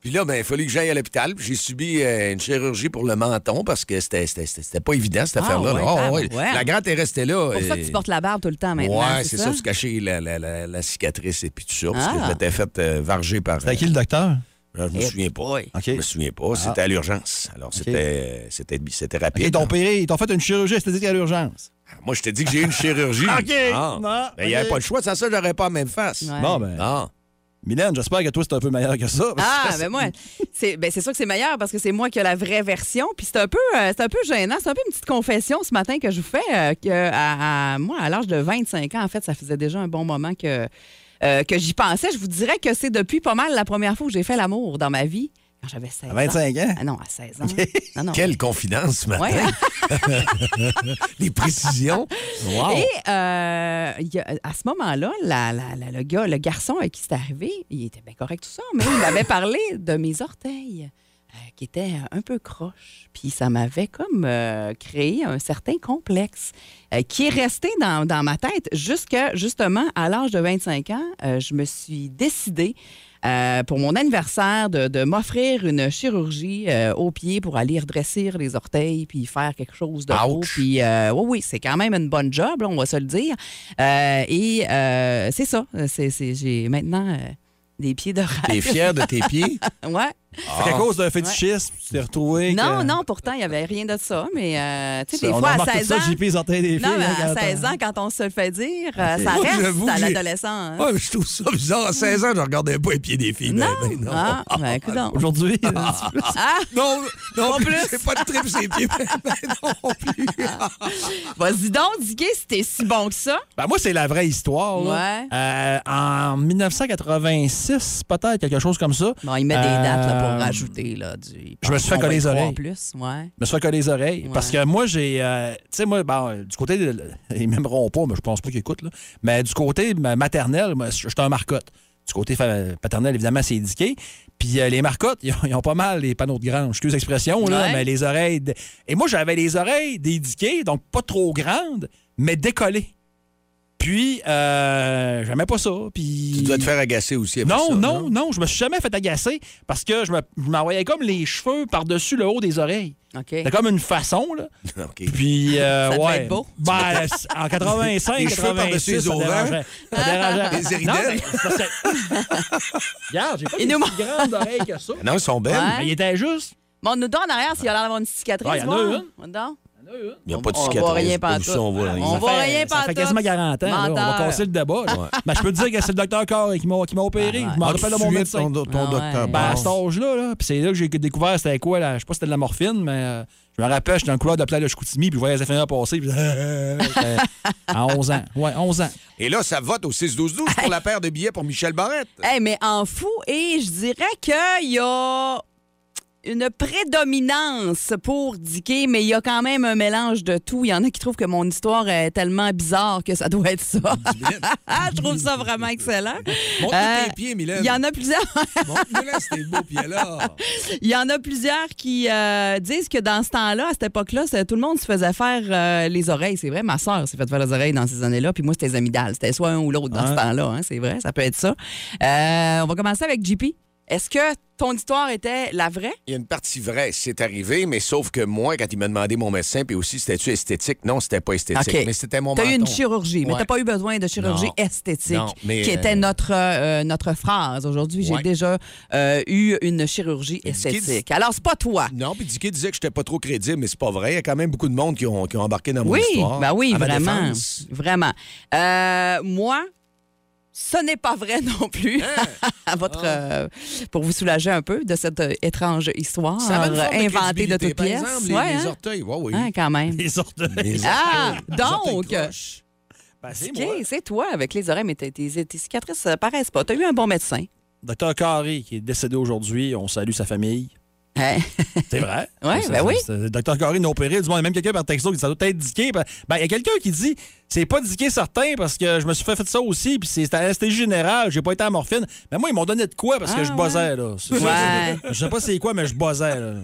Puis là, ben, il fallait que j'aille à l'hôpital. Puis j'ai subi euh, une chirurgie pour le menton parce que c'était c'était- c'était- c'était pas évident, cette Ah, affaire-là. là. ouais, Ah, tabarouette. ouais. La gratte est restée là. Pour ça que Et- tu portes la barbe tout le temps maintenant. Ouais, c'est ça, pour se cacher la, la- la- la cicatrice et puis tout ça, parce que Ah. je m'étais fait euh, varger par. T'as qui le docteur? euh, Là, je me Eh souviens pas. Je me souviens pas. C'était à l'urgence. Alors, c'était euh, c'était c'était rapide. Et ton hein. père, ils t'ont fait une chirurgie esthétique à l'urgence. Moi, je t'ai dit que j'ai eu une chirurgie. OK. Ah. Non, Ben, il n'y avait OK. pas le choix. Sans ça, j'aurais pas la même face. Bon, ben. Ah. Mylène, j'espère que toi, c'est un peu meilleur que ça. parce que Ah, ça, ben moi, c'est ben c'est sûr que c'est meilleur parce que c'est moi qui ai la vraie version. Puis c'est un peu, euh, c'est un peu gênant. C'est un peu une petite confession ce matin que je vous fais. euh, que à, à- moi, à l'âge de 25 ans, en fait, ça faisait déjà un bon moment que, euh, que j'y pensais. Je vous dirais que c'est depuis pas mal la première fois que j'ai fait l'amour dans ma vie. Quand j'avais 16 À 25 ans? Ah non, à 16 ans. Non, non. Quelle confidence ce matin. Ouais. hein. Les précisions. Wow. Et euh, il y a- à ce moment-là, la- la- la- le gars, le garçon à qui c'est arrivé, il était bien correct tout ça, mais il m'avait parlé de mes orteils euh, qui étaient un peu croches. Puis ça m'avait comme euh, créé un certain complexe euh, qui est resté dans, dans ma tête jusqu'à, justement, à l'âge de 25 ans, euh, je me suis décidée euh, pour mon anniversaire de, de m'offrir une chirurgie euh, aux pieds pour aller redresser les orteils puis faire quelque chose de beau. Puis euh, oui, oui, c'est quand même une bonne job, là, on va se le dire. Euh, et euh, c'est ça. C'est, c'est- j'ai maintenant euh, des pieds de rêve. T'es fière de tes pieds? Ah. ouais. Fait qu'à cause d'un fétichisme, tu t'es retrouvé. Non, que- non, pourtant, il n'y avait rien de ça. Mais euh, tu sais, On des a fois, à remarqué 16 ça, ans. JP, les orteils des filles. non, mais hein, à quand Ah, 16 ans, quand on se le fait dire, euh, ça Moi, reste j'avoue à que j'ai- l'adolescent. hein. Ouais, mais je trouve ça bizarre. À 16 ans, je regardais pas les pieds des filles. Non. Ben, ben, non. Ah, ben, coudonc. Aujourd'hui, Ah! Non, non, Pas plus. plus. j'ai pas de trip sur les pieds. Vas-y donc, Digué, si t'es si bon que ça. Ben moi, c'est la vraie histoire. là. Ouais. Euh, en 1986, peut-être, quelque chose comme ça. Bon, il met des dates là, Euh, pour rajouter. Là, du... je me suis fait On va coller y les croire oreilles. plus, ouais. Je me suis fait coller les oreilles. Parce que moi, j'ai. euh, tu sais, moi, ben, euh, du côté. de- ils m'aimeront pas, mais je pense pas qu'ils écoutent, là. Mais du côté ma- maternel, moi, j'étais un marcotte. Du côté fa- paternel, évidemment, c'est indiqué. Puis euh, les marcottes, ils ont, ils ont pas mal les panneaux de grange. Excuse l'expression, là, Ouais. mais les oreilles. de- Et moi, j'avais les oreilles dédiquées, donc pas trop grandes, mais décollées. Puis, euh, j'aimais pas ça. Puis... Tu dois te faire agacer aussi. après non, ça, non, non, je me suis jamais fait agacer parce que je me- je m'envoyais comme les cheveux par-dessus le haut des oreilles. OK. C'est comme une façon, là. OK. Puis, euh, Ça devait ouais. être beau. Ben, là, c- en 85, Les cheveux 86, par-dessus les ça ovaires. dérangeait. Ça dérangeait. Non, Les éridelles. mais c'est parce que- Regarde, j'ai pas Il des nous si grandes oreilles que ça. Non, ils sont belles. Ouais. Mais il était juste. Bon, nous donne en arrière s'il a l'air d'avoir une cicatrice. Ah, il y en a voir. une. On donne. Il n'y a pas de on cicatrice. voit rien Ouf, pantoute. ça, on voit rien. On Ça voit fait- rien Ça fait pantoute. quasiment 40 ans. là. On va Menteur. casser le débat. là. Mais je peux te dire que c'est le docteur Carr qui m'a qui m'a opéré. Je m'en Ah, tout rappelle de de mon suite, médecin. ton do- ton Ah ouais. docteur Ben, à Barr. cet âge-là, là, puis c'est là que j'ai découvert c'était quoi. Là, je sais pas si c'était de la morphine, mais euh, je me rappelle, j'étais dans le couloir de plage de Chicoutimi, puis je voyais les infirmières passer. puis euh, j'étais à 11 ans. Ouais, 11 ans. Et là, ça vote au 6-12-12 pour la paire de billets pour Michel Barrette. Hey, mais en fou, et je dirais qu'il y a une prédominance pour Dicky, mais il y a quand même un mélange de tout. Il y en a qui trouvent que mon histoire est tellement bizarre que ça doit être ça. je trouve ça vraiment excellent. Euh, Montre-nous tes pieds, Mylène. Il y en a plusieurs. Montre-nous là, c'était beau, puis alors. Il y en a plusieurs qui euh, disent que dans ce temps-là, à cette époque-là, c'est- tout le monde se faisait faire euh, les oreilles. C'est vrai, ma soeur s'est fait faire les oreilles dans ces années-là, puis moi, c'était les amygdales. C'était soit un ou l'autre dans Ouais. ce temps-là, hein, c'est vrai, ça peut être ça. Euh, on va commencer avec JP. Est-ce que ton histoire était la vraie? Il y a une partie vraie, c'est arrivé, mais sauf que moi, quand il m'a demandé mon médecin, puis aussi, c'était-tu esthétique? Non, c'était pas esthétique, OK. mais c'était mon T'as eu une menton. chirurgie, mais Ouais. t'as pas eu besoin de chirurgie Non. esthétique, Non, mais, qui euh, était notre, euh, notre phrase. Aujourd'hui, Ouais. j'ai déjà euh, eu une chirurgie esthétique. Alors, c'est pas toi. Non, puis Dicky disait que j'étais pas trop crédible, mais c'est pas vrai. Il y a quand même beaucoup de monde qui ont, qui ont embarqué dans mon oui, histoire. ben oui, À ma vraiment. défense. Vraiment. Euh, moi, ce n'est pas vrai non plus. Hein? À Ah. votre, euh, pour vous soulager un peu de cette euh, étrange histoire Ça avait Ah, une forme de inventée de, crédibilité. toutes Par pièces. exemple, les- Ouais, les hein? orteils, ouais, oui. Hein, quand même. Les orteils. Ah, Les orteils donc. croches. Ben, c'est Ben, moi. Ok, c'est toi avec les oreilles, mais tes, tes- tes cicatrices ne paraissent pas. Tu as eu un bon médecin. Docteur Carré, qui est décédé aujourd'hui, on salue sa famille. Hein? C'est vrai. Ouais, ben oui. Docteur Carré nous a opéré. Du moins, il y a même quelqu'un par texto qui dit ça doit être diqué. Ben, ben, il y a quelqu'un qui dit c'est pas diqué certain parce que je me suis fait, faire ça aussi. Puis c'est c'était anesthésie générale, j'ai pas été à Ben, morphine. Mais moi, ils m'ont donné de quoi parce que Ah, je buzzais, ouais. là. C'est- Ouais. Je sais pas c'est quoi, mais je buzzais, là.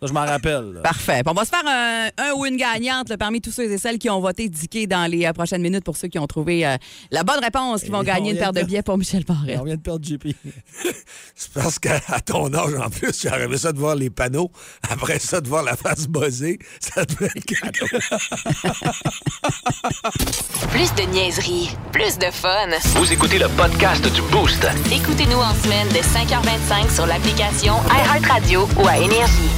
Ça, je m'en rappelle. là. Parfait. Puis On va se faire un, un ou une gagnante là, parmi tous ceux et celles qui ont voté Diqué dans les euh, prochaines minutes pour ceux qui ont trouvé euh, la bonne réponse, qui vont Eh, gagner une paire de billets pour Michel Barret. On vient de perdre JP. C'est parce qu'à à ton âge, en plus, tu arrivé ça de voir les panneaux. Après ça, de voir la face buzzée, ça te fait le cadeau. Plus de niaiserie, plus de fun. Vous écoutez le podcast du Boost. Écoutez-nous en semaine de 5h25 sur l'application iHeartRadio ou à Énergie.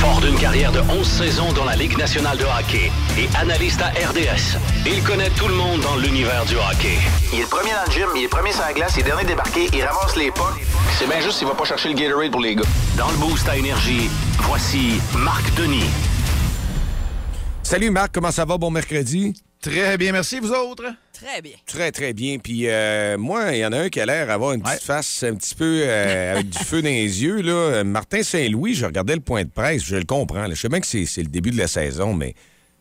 Fort d'une carrière de 11 saisons dans la Ligue nationale de hockey et analyste à RDS, il connaît tout le monde dans l'univers du hockey. Il est le premier dans le gym, il est premier sur la glace, il est dernier débarqué, il ramasse les pas. C'est bien juste s'il va pas chercher le Gatorade pour les gars. Dans le Boost à Énergie, voici Marc Denis. Salut Marc, comment ça va? Bon mercredi. Très bien, merci. Vous autres? Très bien. Très, très bien. Puis euh, moi, il y en a un qui a l'air d'avoir une petite face un petit peu euh, avec du feu dans les yeux. Là. Euh, Martin Saint-Louis, je regardais le point de presse, je le comprends. là. Je sais bien que c'est c'est le début de la saison, mais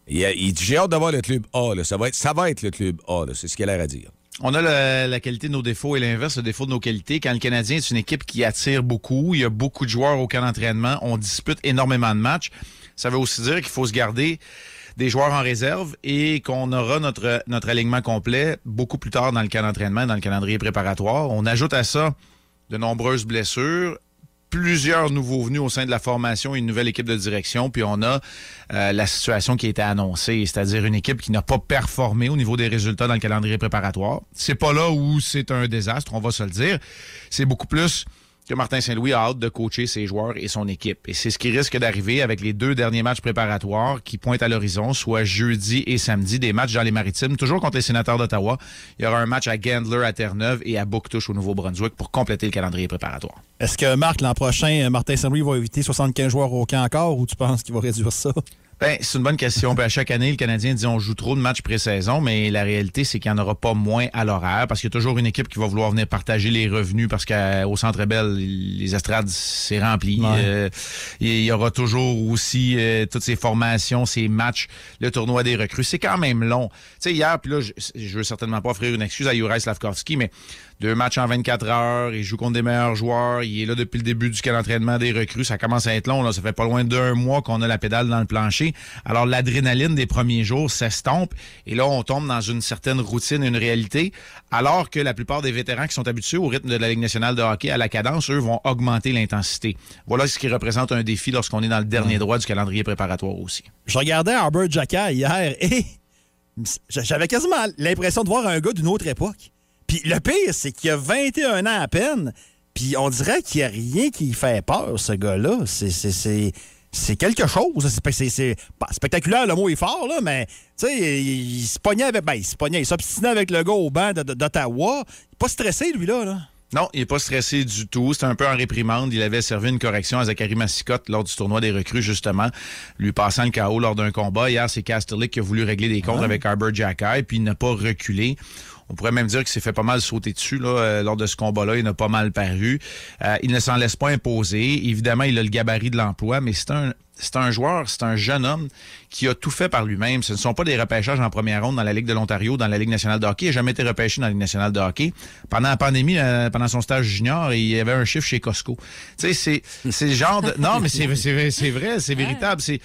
il, a- il dit J'ai hâte d'avoir le club A. là. Ça, va être, ça va être le club A. là. C'est ce qu'il a l'air à dire. On a le- la qualité de nos défauts et l'inverse, le défaut de nos qualités. Quand le Canadien est une équipe qui attire beaucoup, il y a beaucoup de joueurs au camp d'entraînement, on dispute énormément de matchs. Ça veut aussi dire qu'il faut se garder des joueurs en réserve et qu'on aura notre, notre alignement complet beaucoup plus tard dans le camp d'entraînement, dans le calendrier préparatoire. On ajoute à ça de nombreuses blessures, plusieurs nouveaux venus au sein de la formation et une nouvelle équipe de direction. Puis on a euh, la situation qui a été annoncée, c'est-à-dire une équipe qui n'a pas performé au niveau des résultats dans le calendrier préparatoire. C'est pas là où c'est un désastre, on va se le dire. C'est beaucoup plus que Martin Saint-Louis a hâte de coacher ses joueurs et son équipe. Et c'est ce qui risque d'arriver avec les deux derniers matchs préparatoires qui pointent à l'horizon, soit jeudi et samedi, des matchs dans les maritimes, toujours contre les sénateurs d'Ottawa. Il y aura un match à Gandler, à Terre-Neuve et à Bouctouche au Nouveau-Brunswick pour compléter le calendrier préparatoire. Est-ce que Marc, l'an prochain, Martin Saint-Louis va éviter 75 joueurs au camp encore ou tu penses qu'il va réduire ça? Ben, c'est une bonne question. Puis à chaque année, le Canadien dit on joue trop de matchs pré-saison, mais la réalité, c'est qu'il n'y en aura pas moins à l'horaire parce qu'il y a toujours une équipe qui va vouloir venir partager les revenus parce qu'au Centre Bell, les estrades, c'est rempli. Ouais. Euh, il y aura toujours aussi euh, toutes ces formations, ces matchs, le tournoi des recrues. C'est quand même long. Tu sais, hier, puis là, je, je veux certainement pas offrir une excuse à Juraj Slavkovski, mais deux matchs en 24 heures, il joue contre des meilleurs joueurs, il est là depuis le début du camp d'entraînement des recrues, ça commence à être long, là. ça fait pas loin d'un mois qu'on a la pédale dans le plancher. Alors l'adrénaline des premiers jours s'estompe et là on tombe dans une certaine routine, une réalité, alors que la plupart des vétérans qui sont habitués au rythme de la Ligue nationale de hockey à la cadence, eux vont augmenter l'intensité. Voilà ce qui représente un défi lorsqu'on est dans le dernier droit du calendrier préparatoire aussi. Je regardais Albert Jacka hier et j'avais quasiment l'impression de voir un gars d'une autre époque. Puis le pire, c'est qu'il a 21 ans à peine, puis on dirait qu'il n'y a rien qui fait peur, ce gars-là. C'est- c'est- C'est c'est quelque chose. C'est- C'est c'est- pas spectaculaire, le mot est fort, là, mais tu sais, il, il se pognait avec. Ben, il se pognait, il s'obstinait avec le gars au banc de- de- d'Ottawa. Il est pas stressé, lui-là. Là. Non, il n'est pas stressé du tout. C'était un peu en réprimande. Il avait servi une correction à Zachary Massicotte lors du tournoi des recrues, justement, lui passant le KO lors d'un combat. Hier, c'est Casterlick qui a voulu régler des comptes avec Arbor Jacky, puis il n'a pas reculé. On pourrait même dire qu'il s'est fait pas mal sauter dessus là, euh, lors de ce combat-là. Il n'a pas mal paru. Euh, il ne s'en laisse pas imposer. Évidemment, il a le gabarit de l'emploi, mais c'est un, c'est un joueur, c'est un jeune homme qui a tout fait par lui-même. Ce ne sont pas des repêchages en première ronde dans la Ligue de l'Ontario, dans la Ligue nationale de hockey. Il n'a jamais été repêché dans la Ligue nationale de hockey. Pendant la pandémie, euh, pendant son stage junior, il y avait un chiffre chez Costco. Tu sais, c'est- c'est le genre de... Non, mais c'est c'est vrai, c'est vrai, c'est véritable. C'est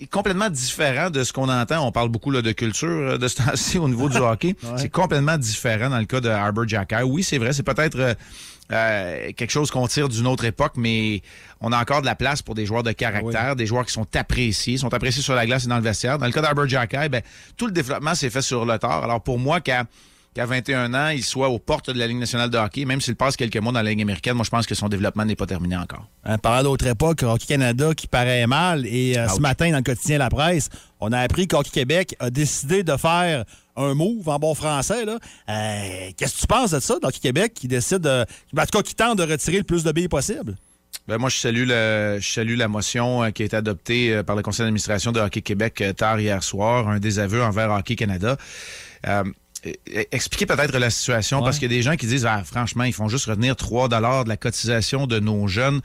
c'est complètement différent de ce qu'on entend. On parle beaucoup là, de culture euh, de ce temps-ci au niveau du hockey. C'est complètement différent dans le cas de Arbor Jacker. Oui, c'est vrai, c'est peut-être... euh, euh, quelque chose qu'on tire d'une autre époque, mais on a encore de la place pour des joueurs de caractère, des joueurs qui sont appréciés, sont appréciés sur la glace et dans le vestiaire. Dans le cas d'Arbor Jacky, ben, tout le développement s'est fait sur le tard. Alors pour moi, qu'à qu'à 21 ans, il soit aux portes de la Ligue nationale de hockey, même s'il passe quelques mois dans la Ligue américaine, moi je pense que son développement n'est pas terminé encore. Hein, parlant d'autre époque, Hockey Canada qui paraît mal. Et euh, ce matin, dans le quotidien La Presse, on a appris qu'Hockey Québec a décidé de faire un move en bon français. là. Euh, Qu'est-ce que tu penses de ça, d'Hockey Québec, qui décide, de- en tout cas, qui tente de retirer le plus de billes possible? Ben, moi, je salue, le, je salue la motion euh, qui a été adoptée euh, par le conseil d'administration de Hockey Québec euh, tard hier soir, un désaveu envers Hockey Canada. Euh, e- expliquez peut-être la situation, parce qu'il y a des gens qui disent, Ah, franchement, ils font juste retenir 3 de la cotisation de nos jeunes.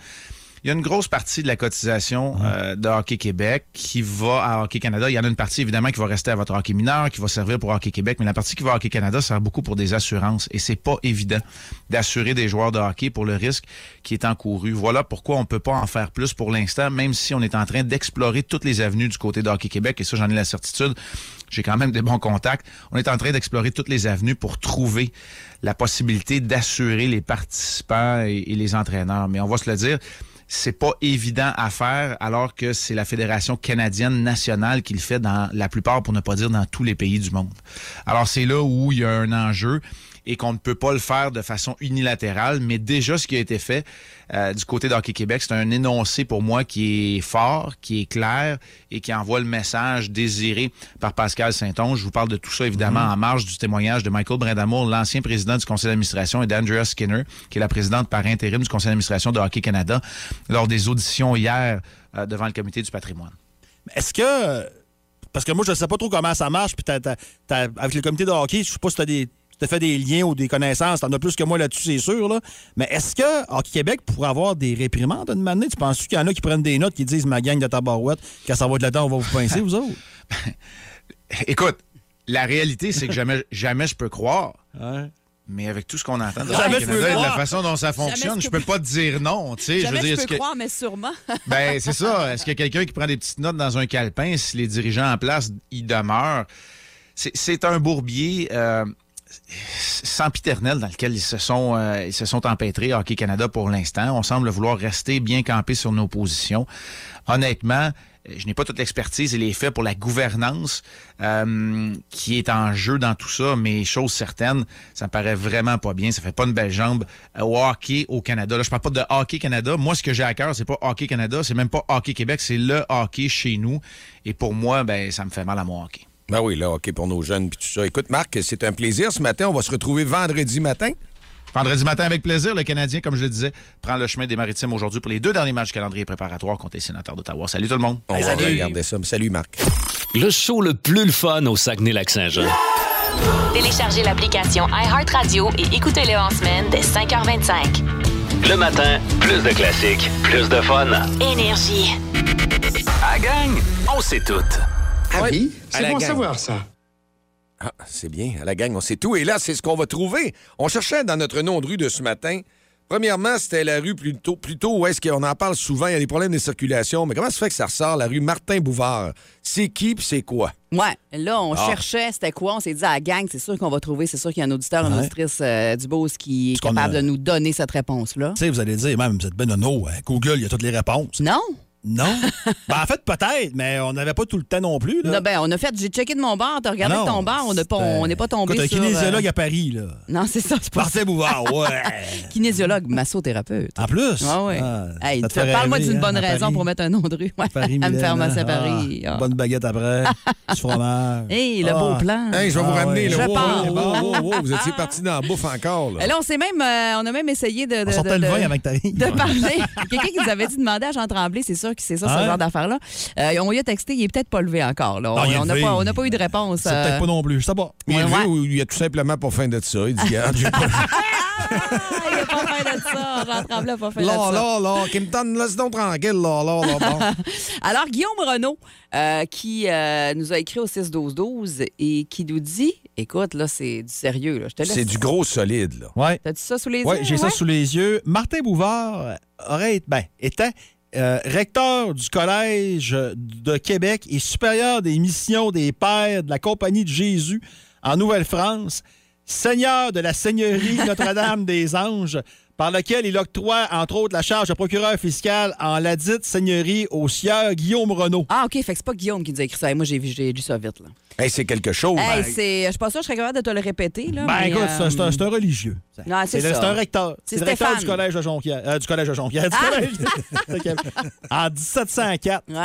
Il y a une grosse partie de la cotisation euh, de Hockey Québec qui va à Hockey Canada. Il y en a une partie, évidemment, qui va rester à votre hockey mineur, qui va servir pour Hockey Québec, mais la partie qui va à Hockey Canada sert beaucoup pour des assurances. Et c'est pas évident d'assurer des joueurs de hockey pour le risque qui est encouru. Voilà pourquoi on peut pas en faire plus pour l'instant, même si on est en train d'explorer toutes les avenues du côté de Hockey Québec. Et ça, j'en ai la certitude j'ai quand même des bons contacts. On est en train d'explorer toutes les avenues pour trouver la possibilité d'assurer les participants et, et les entraîneurs. Mais on va se le dire, c'est pas évident à faire alors que c'est la Fédération canadienne nationale qui le fait dans la plupart, pour ne pas dire dans tous les pays du monde. Alors c'est là où il y a un enjeu et qu'on ne peut pas le faire de façon unilatérale, mais déjà ce qui a été fait euh, du côté d'Hockey Québec, c'est un énoncé pour moi qui est fort, qui est clair et qui envoie le message désiré par Pascal Saint-Onge. Je vous parle de tout ça évidemment en marge du témoignage de Michael Brindamour, l'ancien président du conseil d'administration, et d'Andrea Skinner, qui est la présidente par intérim du conseil d'administration de Hockey Canada, lors des auditions hier euh, devant le comité du patrimoine. Est-ce que. Parce que moi, je ne sais pas trop comment ça marche. Puis t'as- t'as- t'as- avec le comité de hockey, je ne sais pas si tu as des. t'as fait des liens ou des connaissances, t'en as plus que moi là-dessus, c'est sûr. Là. Mais est-ce que Hockey Québec pourrait avoir des réprimandes à demander? Tu penses qu'il y en a qui prennent des notes qui disent ma gang de tabarouette, quand ça va être le temps, on va vous pincer, vous autres? Écoute, la réalité, c'est que jamais, jamais je peux croire. Mais avec tout ce qu'on entend dans Jamais le je Canada peux et de la croire. façon dont ça fonctionne, Jamais je je peux pas te dire non. Tu sais, je veux Jamais dire, je est-ce peux que- croire, mais sûrement. Ben, c'est ça. Est-ce qu'il y a quelqu'un qui prend des petites notes dans un calepin si les dirigeants en place y demeurent? C'est- C'est un bourbier euh, sempiternel dans lequel ils se sont, euh, ils se sont empêtrés, Hockey Canada, pour l'instant. On semble vouloir rester bien campé sur nos positions. Honnêtement, euh, je n'ai pas toute l'expertise et les faits pour la gouvernance euh, qui est en jeu dans tout ça, mais chose certaine, ça me paraît vraiment pas bien. Ça fait pas une belle jambe euh, au hockey au Canada. Là, je parle pas de hockey Canada. Moi, ce que j'ai à cœur, c'est pas hockey Canada, c'est même pas hockey Québec, c'est le hockey chez nous. Et pour moi, ben, ça me fait mal à mon hockey. Ben oui, là, OK, pour nos jeunes puis tout ça. Écoute, Marc, c'est un plaisir ce matin. On va se retrouver vendredi matin. Vendredi matin, avec plaisir, le Canadien, comme je le disais, prend le chemin des maritimes aujourd'hui pour les deux derniers matchs du calendrier préparatoire contre les sénateurs d'Ottawa. Salut tout le monde. On va regarder ça. Salut, Marc. Le show le plus le fun au Saguenay-Lac-Saint-Jean. Téléchargez l'application iHeartRadio et écoutez-le en semaine dès 5h25. Le matin, plus de classiques, plus de fun. Énergie. À gang, on sait tout. Ah oui, à c'est la bon à gang. savoir ça. Ah, c'est bien. À la gang, on sait tout. Et là, c'est ce qu'on va trouver. On cherchait dans notre nom de rue de ce matin. Premièrement, c'était la rue plutôt, plutôt où est-ce qu'on en parle souvent. Il y a des problèmes de circulation. Mais comment se fait que ça ressort, la rue Martin-Bouvard? C'est qui puis c'est quoi? Ouais, là, on Ah. cherchait, c'était quoi? On s'est dit à la gang, c'est sûr qu'on va trouver, c'est sûr qu'il y a un auditeur, une Ouais. auditrice euh, du Beauce qui est qu'on capable a- de nous donner cette réponse-là. Tu sais, vous allez dire, même, vous êtes ben nono, hein, Google, il y a toutes les réponses. Non? Non? ben, en fait, peut-être, mais on n'avait pas tout le temps non plus. Là. Non, ben, on a fait, j'ai checké de mon bar, t'as regardé Non, de ton bar, on n'a pas- on n'est pas, tombé Écoute, un sur... kinésiologue euh, à Paris, là. Non, c'est ça, c'est pas Martin Bouvard, ouais. Kinésiologue, massothérapeute. En plus? Ah ouais. Ah, Hey, ça te te- fait parle-moi rêver, d'une hein, bonne à raison Paris. pour mettre un nom de rue. Ouais, Paris, à me faire Mylène, masser à ah, Paris. Ah. Bonne baguette après, du fromage. Hey, le beau plan. Ah. Hey, je vais vous Ah ramener. ouais. là. Je Wow, pars. wow, wow, wow, wow, vous étiez parti dans la bouffe encore. Et Là. Là, on s'est même, euh, on a même essayé de. de On sortait de- le de- vin avec ta de parler. Quelqu'un qui nous avait dit de demander à Jean Tremblay, c'est sûr que c'est ça, Ouais. ce genre d'affaire-là. Euh, on lui a texté, il est peut-être pas levé encore. là. Non, il est on n'a levé. pas, on n'a pas eu de réponse. C'est euh. peut-être pas non plus, je sais pas. Il est levé ouais. ou il y a tout simplement pas faim de ça. Il dit, Garde, j'ai pas Ah, il a pas fait de ça. Jean Tremblay a pas fait de Là, ça. là, là, qui me donne, laisse donc tranquille, là, là, là, bon. Alors, Guillaume Renault, euh, qui euh, nous a écrit au 6-12-12 et qui nous dit Écoute, là, c'est du sérieux. là. Je te laisse. C'est du gros solide, là. Ouais. T'as-tu ça sous les Oui, yeux? j'ai ça sous les yeux. Martin Bouvard aurait été, ben, était euh, recteur du Collège de Québec et supérieur des missions des Pères de la Compagnie de Jésus en Nouvelle-France, seigneur de la Seigneurie Notre-Dame des Anges, par lequel il octroie, entre autres, la charge de procureur fiscal en la dite seigneurie au sieur Guillaume Renault. Ah, OK, fait que c'est pas Guillaume qui nous a écrit ça. Moi, j'ai j'ai lu ça vite. Là. Hey, c'est quelque chose. Hey, c'est- je suis pas sûre que je serais capable de te le répéter. Là, Oh Ben mais, écoute, c'est un- c'est un, euh, c'est un religieux. Non, c'est C'est le- ça. c'est un recteur. C'est C'est le recteur du Stéphane. Ah! collège de Jonquière. euh, du collège de Jonquière. du collège de- de Québec. en 1704. Ouais.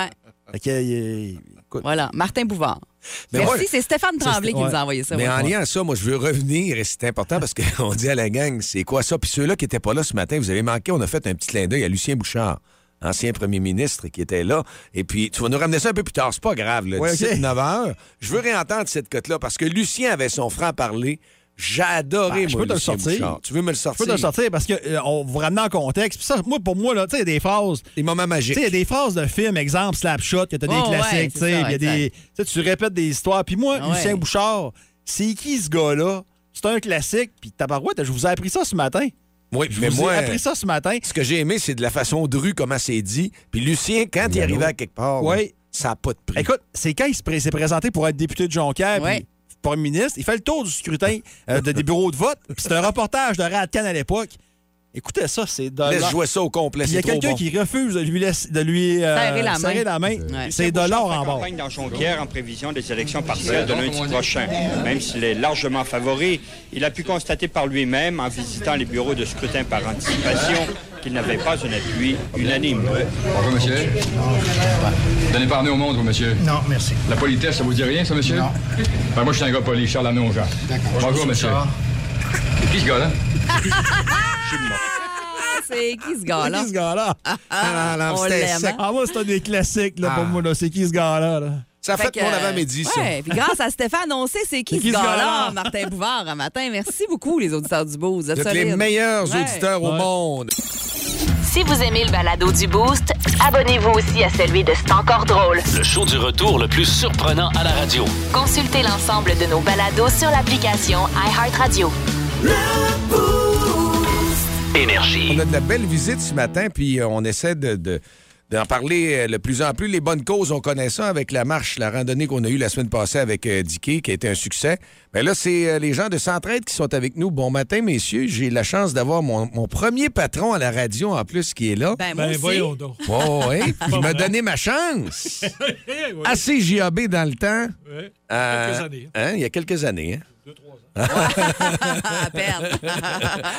Fait que, euh, écoute. Voilà, Martin Bouvard. Mais Merci, moi- c'est Stéphane Tremblay qui Ouais. nous a envoyé ça. Mais ouais. en lien à ça, moi, je veux revenir, et c'est important parce qu'on dit à la gang, c'est quoi ça? Puis ceux-là qui n'étaient pas là ce matin, vous avez manqué, on a fait un petit clin d'œil à Lucien Bouchard, ancien premier ministre qui était là. Et puis, tu vas nous ramener ça un peu plus tard, c'est pas grave, là, Ouais, ok. 17 9 heures. Je veux réentendre cette cote-là parce que Lucien avait son franc-parler. J'ai adoré, Ben, je moi, peux te le Lucien sortir. Bouchard. Tu veux me le sortir? Je peux te le sortir parce que euh, on vous ramène en contexte. Puis ça, moi, pour moi, là, tu sais, il y a des phrases. Des moments magiques. Tu sais, il y a des phrases de films, exemple Slapshot, que t'as Oh, des ouais, classiques, tu c'est sais, ça, puis il y a des. exact. Tu sais, tu répètes des histoires. Puis moi, Ah ouais. Lucien Bouchard, c'est qui ce gars-là? C'est un classique, puis tabarouette, je vous ai appris ça ce matin. Oui, Je mais vous ai moi, appris ça ce matin. Ce que j'ai aimé, c'est de la façon drue, comment c'est dit. Puis Lucien, quand il arrivait à quelque part, Ouais. là, ça n'a pas de prix. Écoute, c'est quand il se pré- s'est présenté pour être député de Jonquière, Ouais. puis premier ministre, il fait le tour du scrutin euh, de- des bureaux de vote, puis c'est un reportage de Radcan à l'époque. Écoutez ça, c'est de Laisse l'or. jouer ça au complet, Puis Il y a c'est trop quelqu'un bon. qui refuse de lui, laisser- de lui euh, Serrer la main. main. C'est de l'or en bord. campagne dans Jonquière en prévision des élections partielles de lundi prochain. Même s'il est largement favori, il a pu constater par lui-même, en visitant les bureaux de scrutin par anticipation, qu'il n'avait pas un appui unanime. Bonjour, monsieur. Vous allez parler au monde, vous, monsieur. Non, merci. La politesse, ça vous dit rien, ça, monsieur? Non. Ben, moi, je suis un gars poli, Charles Amnon Jean. D'accord. Bonjour, Bonjour, monsieur. Charles. C'est qui, ce gars-là? Ah, C'est qui ce gars-là? C'est qui ce gars-là? ah, on l'aime, hein? Ah, moi, c'est un des classiques là, pour Ah. moi. là. C'est qui ce gars-là? là? que, euh, ouais, puis grâce à Stéphane, on sait c'est qui C'est ce qui ce gars-là, gars-là? Martin Bouvard, un matin. Merci beaucoup, les auditeurs du beau. Vous êtes Vous êtes les solides. meilleurs Ouais. auditeurs au monde. Si vous aimez le balado du Boost, abonnez-vous aussi à celui de C'est encore drôle. Le show du retour le plus surprenant à la radio. Consultez l'ensemble de nos balados sur l'application iHeartRadio. Énergie. On a de la belle visite ce matin, puis euh, on essaie de. de- d'en parler euh, de plus en plus. Les bonnes causes, on connaît ça avec la marche, la randonnée qu'on a eue la semaine passée avec euh, Dicky, qui a été un succès. Mais là, c'est euh, les gens de Centraide qui sont avec nous. Bon matin, messieurs. J'ai la chance d'avoir mon, mon premier patron à la radio, en plus, qui est là. Ben, moi Ben, aussi. voyons donc. Oh, oui. Pas Puis Il m'a vrai. donné ma chance. Assez JAB dans le temps. Ouais. Euh, Quelques années, hein, il y a quelques années. Hein? Deux, trois ans. À Ah, peine.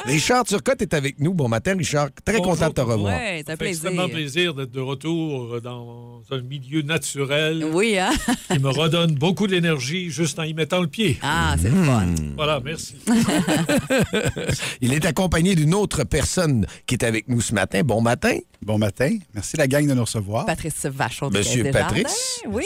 Richard Turcotte est avec nous. Bon matin, Richard. Très content de te revoir. Ouais, ça fait Ça fait plaisir. extrêmement plaisir d'être de retour euh, dans un milieu naturel. Oui, hein? qui me redonne beaucoup d'énergie juste en y mettant le pied. Ah, c'est le fun. Voilà, merci. Il est accompagné d'une autre personne qui est avec nous ce matin. Bon matin. Bon matin. Merci la gang de nous recevoir. Patrice Vachon. de Monsieur Desjardins. Patrice. Oui.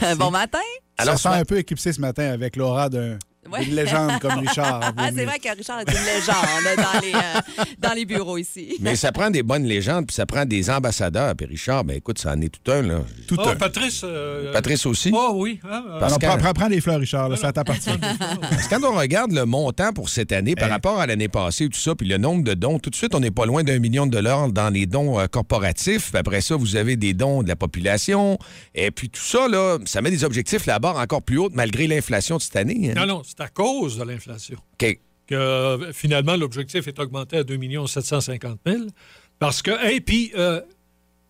merci. Bon matin. Alors, ça sent un peu éclipsé ce matin avec l'aura d'un- d'une Ouais. légende comme Richard. à vos Ah, c'est murs. vrai que Richard est une légende là, dans, les, euh, dans les bureaux ici. Mais ça prend des bonnes légendes, puis ça prend des ambassadeurs. Puis Richard, ben écoute, ça en est tout un, là. Oh, Patrice. euh, Patrice aussi? Oh oui. hein, euh, Parce Alors, que- prends, prends- prends des fleurs, Richard. là, ça t'appartient. Parce que quand on regarde le montant pour cette année par rapport à l'année passée, tout ça, puis le nombre de dons, tout de suite, on n'est pas loin d'un million de dollars dans les dons euh, corporatifs. Puis après ça, vous avez des dons de la population. Et puis tout ça, là, ça met des objectifs, la barre encore plus haute malgré l'inflation de cette année. hein. Non, non, c'est à cause de l'inflation OK. que euh, finalement l'objectif est augmenté à 2 750 000. Parce que, et puis, euh,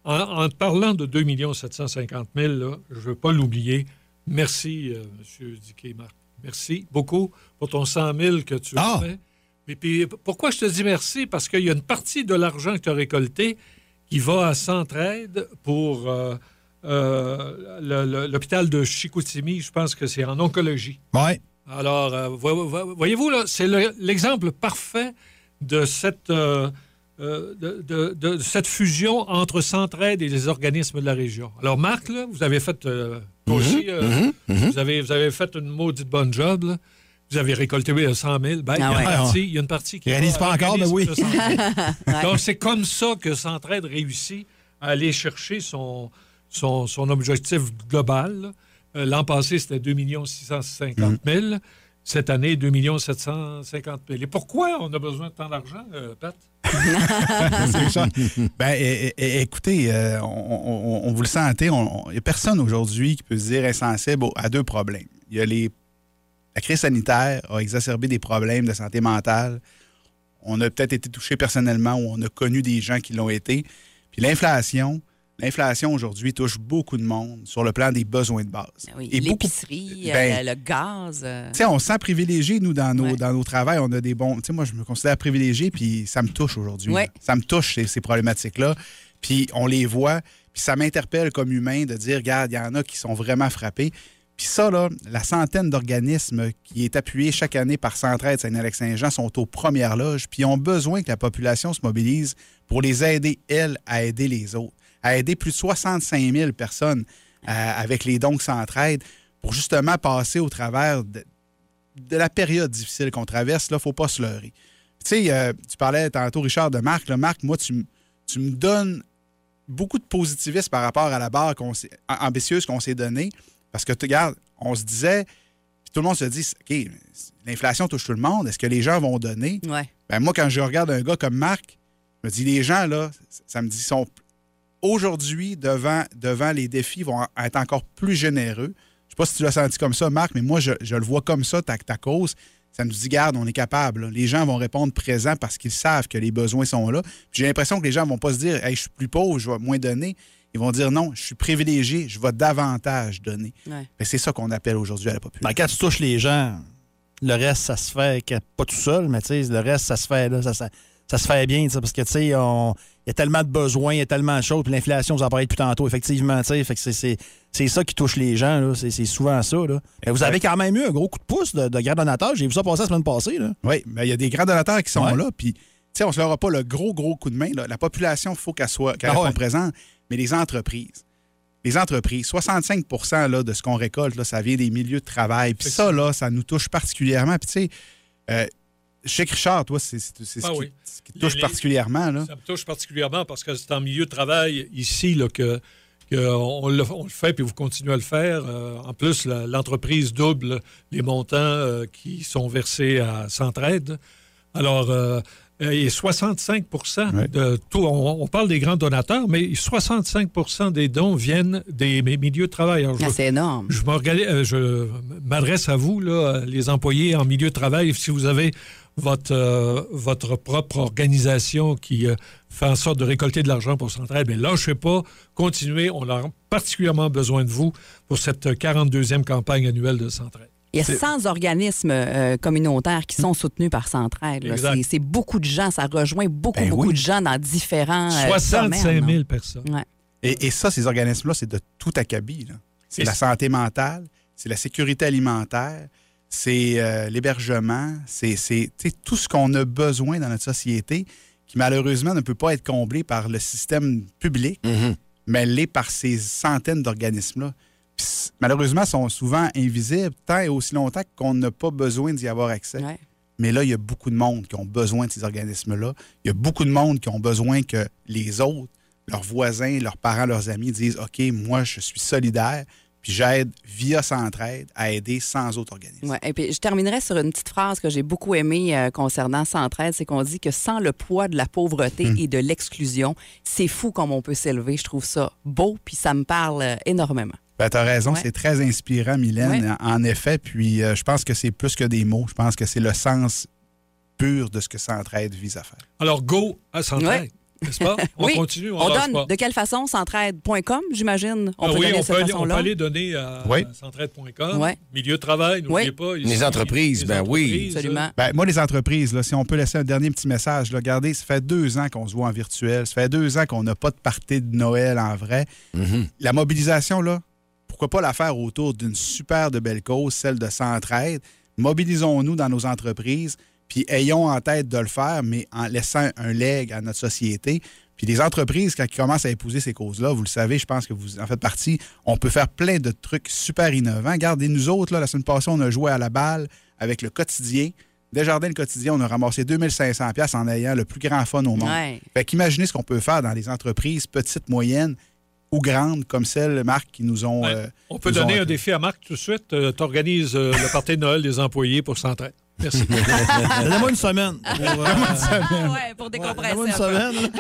en, en parlant de 2 750 000, là, je ne veux pas l'oublier. Merci, euh, M. Diquet, Marc. Merci beaucoup pour ton 100 000 que tu as fait. Et puis, pourquoi je te dis merci? Parce qu'il y a une partie de l'argent que tu as récolté qui va à Centraide pour euh, euh, le- le- l'hôpital de Chicoutimi. Je pense que c'est en oncologie. Ouais. Alors, euh, vo- vo- voyez-vous, là, c'est le- l'exemple parfait de cette, euh, euh, de, de- de cette fusion entre Centraide et les organismes de la région. Alors, Marc, là, vous avez fait, euh, toi aussi, euh, Vous, avez, vous avez fait une maudite bonne job. là. Vous avez récolté oui, 100 000. Ben, il, y a Ah une ouais. partie, il y a une partie qui. Il réalise va pas à encore, mais oui. l'organisme de Centraide. Ouais. Donc, c'est comme ça que Centraide réussit à aller chercher son, son, son objectif global. là. Euh, L'an passé, c'était 2 650 000. Cette année, 2 750 000. Et pourquoi on a besoin de tant d'argent, euh, Pat? C'est ça. Ben, é- é- écoutez, euh, on, on- on- on vous le sentez, il n'y a personne aujourd'hui qui peut se dire insensible au- à deux problèmes. Il y a les. La crise sanitaire a exacerbé des problèmes de santé mentale. On a peut-être été touché personnellement ou on a connu des gens qui l'ont été. Puis l'inflation, l'inflation aujourd'hui touche beaucoup de monde sur le plan des besoins de base. Ben Oui, Et beaucoup- L'épicerie, euh, Ben, le gaz. euh, tu sais, on se sent privilégié, nous, dans nos, dans nos travails. On a des bons. Tu sais, moi, je me considère privilégié, puis ça me touche aujourd'hui. Ouais. là. Ça me touche, ces, ces problématiques-là. Puis on les voit, puis ça m'interpelle comme humain de dire, regarde, il y en a qui sont vraiment frappés. Puis ça, là, la centaine d'organismes qui est appuyée chaque année par Centraide Saint-Alex-Saint-Jean sont aux premières loges, puis ils ont besoin que la population se mobilise pour les aider, elles, à aider les autres, à aider plus de 65 000 personnes euh, avec les dons que Centraide pour justement passer au travers de- de la période difficile qu'on traverse, là, faut pas se leurrer. Tu sais, euh, tu parlais tantôt, Richard, de Marc. Là, Marc, moi, tu, m- tu me donnes beaucoup de positivisme par rapport à la barre qu'on s'est- a- ambitieuse qu'on s'est donnée. Parce que, tu regardes, on se disait, puis tout le monde se dit, OK, mais l'inflation touche tout le monde. Est-ce que les gens vont donner? Ouais. Ben, moi, quand je regarde un gars comme Marc, je me dis, les gens, là, ça- ça me dit, sont aujourd'hui, devant, devant les défis, vont en- être encore plus généreux. Je sais pas si tu l'as senti comme ça, Marc, mais moi, je, je le vois comme ça, ta, ta cause. Ça nous dit, garde, on est capable. là. Les gens vont répondre présent parce qu'ils savent que les besoins sont là. Puis J'ai l'impression que les gens vont pas se dire, hey, je suis plus pauvre, je vais moins donner. Ils vont dire, non, je suis privilégié, je vais davantage donner. Ouais. Fait que C'est ça qu'on appelle aujourd'hui à la population. Ben, quand tu touches les gens, le reste, ça se fait que- pas tout seul, mais tu sais, le reste, ça se fait là, ça, ça- ça se fait bien, tu sais, parce que tu sais, on- il y a tellement de besoins, il y a tellement de choses, puis l'inflation, vous en parlez depuis tantôt, effectivement, tu sais, fait que c'est- c'est c'est ça qui touche les gens, là, c'est c'est souvent ça. Là. Mais vous Exact. avez quand même eu un gros coup de pouce de, de grands donateurs, j'ai vu ça passer la semaine passée. Là. Oui, mais il y a des grands donateurs qui sont là. Puis, tu sais, on ne se leur a pas le gros, gros coup de main. là. La population, il faut qu'elle soit qu'elle Ah ouais. réponde présente. Mais les entreprises, les entreprises, 65 là, de ce qu'on récolte, là, ça vient des milieux de travail. Puis ça, là, ça nous touche particulièrement. Puis, tu sais, euh, chez Richard, toi, c'est c'est- c'est Ah ce, qui- oui. ce qui te touche Les- les- particulièrement. Là. Ça me touche particulièrement parce que c'est en milieu de travail ici là, que, que on, le, on le fait puis vous continuez à le faire. Euh, en plus, la- l'entreprise double les montants euh, qui sont versés à Centraide. Alors, euh, et 65 de tout, on, on parle des grands donateurs, mais 65 des dons viennent des, des milieux de travail. Alors, je- Ah, c'est énorme. je m'organi- euh, je m'adresse à vous, là, euh, les employés en milieu de travail. Si vous avez votre, euh, votre propre organisation qui euh, fait en sorte de récolter de l'argent pour Centraide, bien lâchez pas, continuez. On a particulièrement besoin de vous pour cette 42e campagne annuelle de Centraide. Il y a C'est- 100 organismes euh, communautaires qui sont soutenus par Centraide. là. Exact. C'est- C'est beaucoup de gens, ça rejoint beaucoup, Ben beaucoup oui. de gens dans différents. euh, 65 domaines, 000 là. personnes. Ouais. Et, et ça, ces organismes-là, c'est de tout acabit. là. C'est Et la c'est- santé mentale, c'est la sécurité alimentaire, c'est euh, l'hébergement, c'est c'est, tu sais, tout ce qu'on a besoin dans notre société qui malheureusement ne peut pas être comblé par le système public, mais l'est par ces centaines d'organismes-là. Puis c- Malheureusement, sont souvent invisibles tant et aussi longtemps qu'on n'a pas besoin d'y avoir accès. Mais là, il y a beaucoup de monde qui ont besoin de ces organismes-là. Il y a beaucoup de monde qui ont besoin que les autres, leurs voisins, leurs parents, leurs amis disent OK, moi, je suis solidaire, puis j'aide via Centraide à aider sans autre organisme. Ouais, et puis je terminerai sur une petite phrase que j'ai beaucoup aimée euh, concernant Centraide, c'est qu'on dit que sans le poids de la pauvreté Hmm. Mm. et de l'exclusion, c'est fou comme on peut s'élever. Je trouve ça beau, puis ça me parle euh, énormément. Ben, t'as raison, Ouais. c'est très inspirant, Mylène, Ouais. en en effet. Puis euh, je pense que c'est plus que des mots. Je pense que c'est le sens pur de ce que Centraide vise à faire. Alors, go à Centraide, Ouais. n'est-ce pas? On oui, continue, on, on lâche donne pas. de quelle façon? Centraide.com, j'imagine. On Ah peut oui, donner on de cette peut, aller, on peut façon-là. aller donner à Oui. centraide.com, Ouais. milieu de travail, n'oubliez Oui. pas. Les ici, entreprises, les ben oui. entreprises, Absolument. Ben, moi, les entreprises, là, si on peut laisser un dernier petit message, là, regardez, ça fait deux ans qu'on se voit en virtuel, ça fait deux ans qu'on n'a pas de party de Noël en vrai. La mobilisation, là, pourquoi pas la faire autour d'une super de belle cause, celle de Centraide? Mobilisons-nous dans nos entreprises, puis ayons en tête de le faire, mais en laissant un leg à notre société. Puis les entreprises, quand ils commencent à épouser ces causes-là, vous le savez, je pense que vous en faites partie, on peut faire plein de trucs super innovants. Regardez, nous autres, là, la semaine passée, on a joué à la balle avec le quotidien. Desjardins, le quotidien, on a ramassé 2500 pièces en ayant le plus grand fun au monde. Ouais. Fait qu'imaginez ce qu'on peut faire dans les entreprises petites, moyennes ou grandes comme celles, Marc, qui nous ont... euh, On peut nous ont donner un accueillis. défi à Marc tout de suite. tu organises le party de Noël des employés pour Centraide. Merci. Donnez-moi une semaine. Pour, euh, Ah, Ouais, pour décompresser. Donnez-moi une un peu. semaine.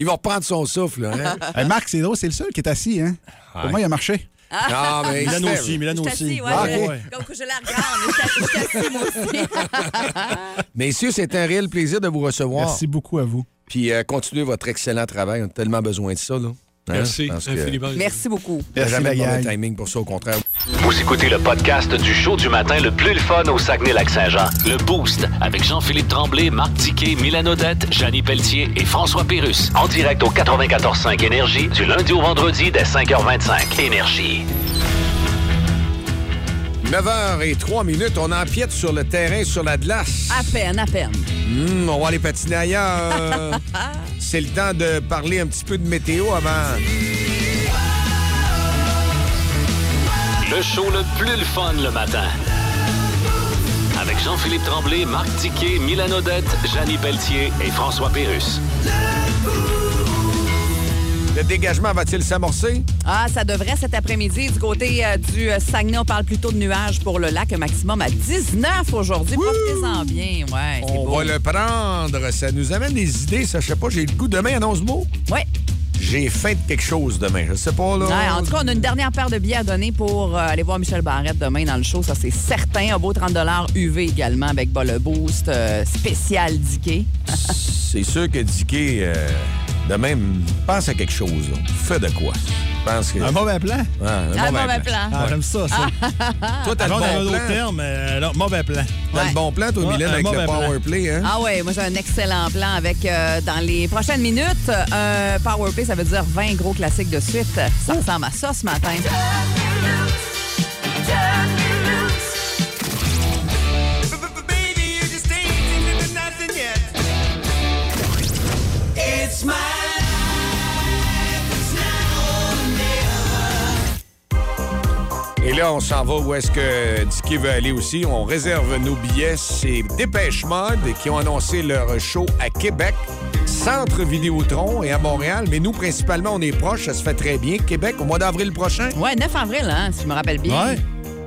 Il va reprendre son souffle. Hein? Hey, Euh, Marc, c'est drôle, c'est le seul qui est assis. Hein? Pour Ouais. moi, il a marché. Ah, mais Milan c'est- aussi, Milan Je suis aussi. assis, ouais, Ah, je- ouais. Comme que je la regarde, je suis assis, moi aussi. Messieurs, c'est un réel plaisir de vous recevoir. Merci beaucoup à vous. Puis euh, continuez votre excellent travail. On a tellement besoin de ça. Là. Hein? Merci Je pense que- infiniment. Merci beaucoup. Il n'y a Merci, jamais la de gang. mauvais timing pour ça, au contraire. Vous écoutez le podcast du show du matin le plus le fun au Saguenay-Lac-Saint-Jean. Le Boost avec Jean-Philippe Tremblay, Marc Tiquet, Milan Odette, Janine Pelletier et François Pérus. En direct au 94.5 Énergie du lundi au vendredi dès 5h25. Énergie. 9h et 3 minutes, on empiète sur le terrain, sur la Ah. glace. À peine, à peine. Hum, on va aller patiner ailleurs. C'est le temps de parler un petit peu de météo avant. Le show le plus le fun le matin. Avec Jean-Philippe Tremblay, Marc Tiquet, Milan Odette, Janine Pelletier et François Pérus. Le dégagement va-t-il s'amorcer? Ah, ça devrait cet après-midi. Du côté euh, du euh, Saguenay, on parle plutôt de nuages pour le lac, un maximum à 19 aujourd'hui. Profitez-en bien, ouais. c'est On beau. va le prendre. Ça nous amène des idées. Ça, je sais pas, j'ai le goût. Demain, annonce-moi. Ouais. J'ai faim de quelque chose demain. Je sais pas, là. Ouais, en tout cas, on a une dernière paire de billets à donner pour euh, aller voir Michel Barrette demain dans le show, ça c'est certain. Un beau 30 UV également avec Bas le Boost euh, spécial Diquet. C'est sûr que Dicky, euh, demain, m- pense à quelque chose. là. Fais de quoi? Pense que... Un mauvais plan? Ouais, un, ben, mauvais plan. Ah, Ouais. J'aime ça, ça. Toi, t'as le Avant d'avoir bon plan. d'autres termes, euh, non, mauvais plan. T'as le bon plan, toi, Ouais, Mylène, un avec mauvais le plan. power play, hein? Ah ouais, moi j'ai un excellent plan avec euh, dans les prochaines minutes euh, un power play, ça veut dire 20 gros classiques de suite. Ça ressemble à ça ce matin. It's my life, it's now or never. Et là, on s'en va où est-ce que Dicky veut aller aussi. On réserve nos billets. C'est Dépêche Mode qui ont annoncé leur show à Québec, Centre Vidéotron et à Montréal. Mais nous, principalement, on est proches. Ça se fait très bien. Québec, au mois d'avril prochain. Ouais, 9 avril, hein, si je me rappelle bien. Ouais.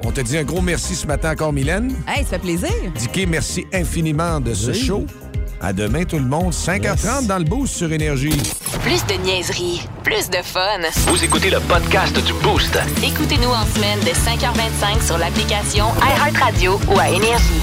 On te dit un gros merci ce matin encore, Mylène. Hey, ça fait plaisir. Dicky, merci infiniment de ce Oui. show. À demain, tout le monde. 5h30 dans le boost sur Énergie. Plus de niaiserie, plus de fun. Vous écoutez le podcast du Boost. Écoutez-nous en semaine de 5h25 sur l'application iHeartRadio ou à Énergie.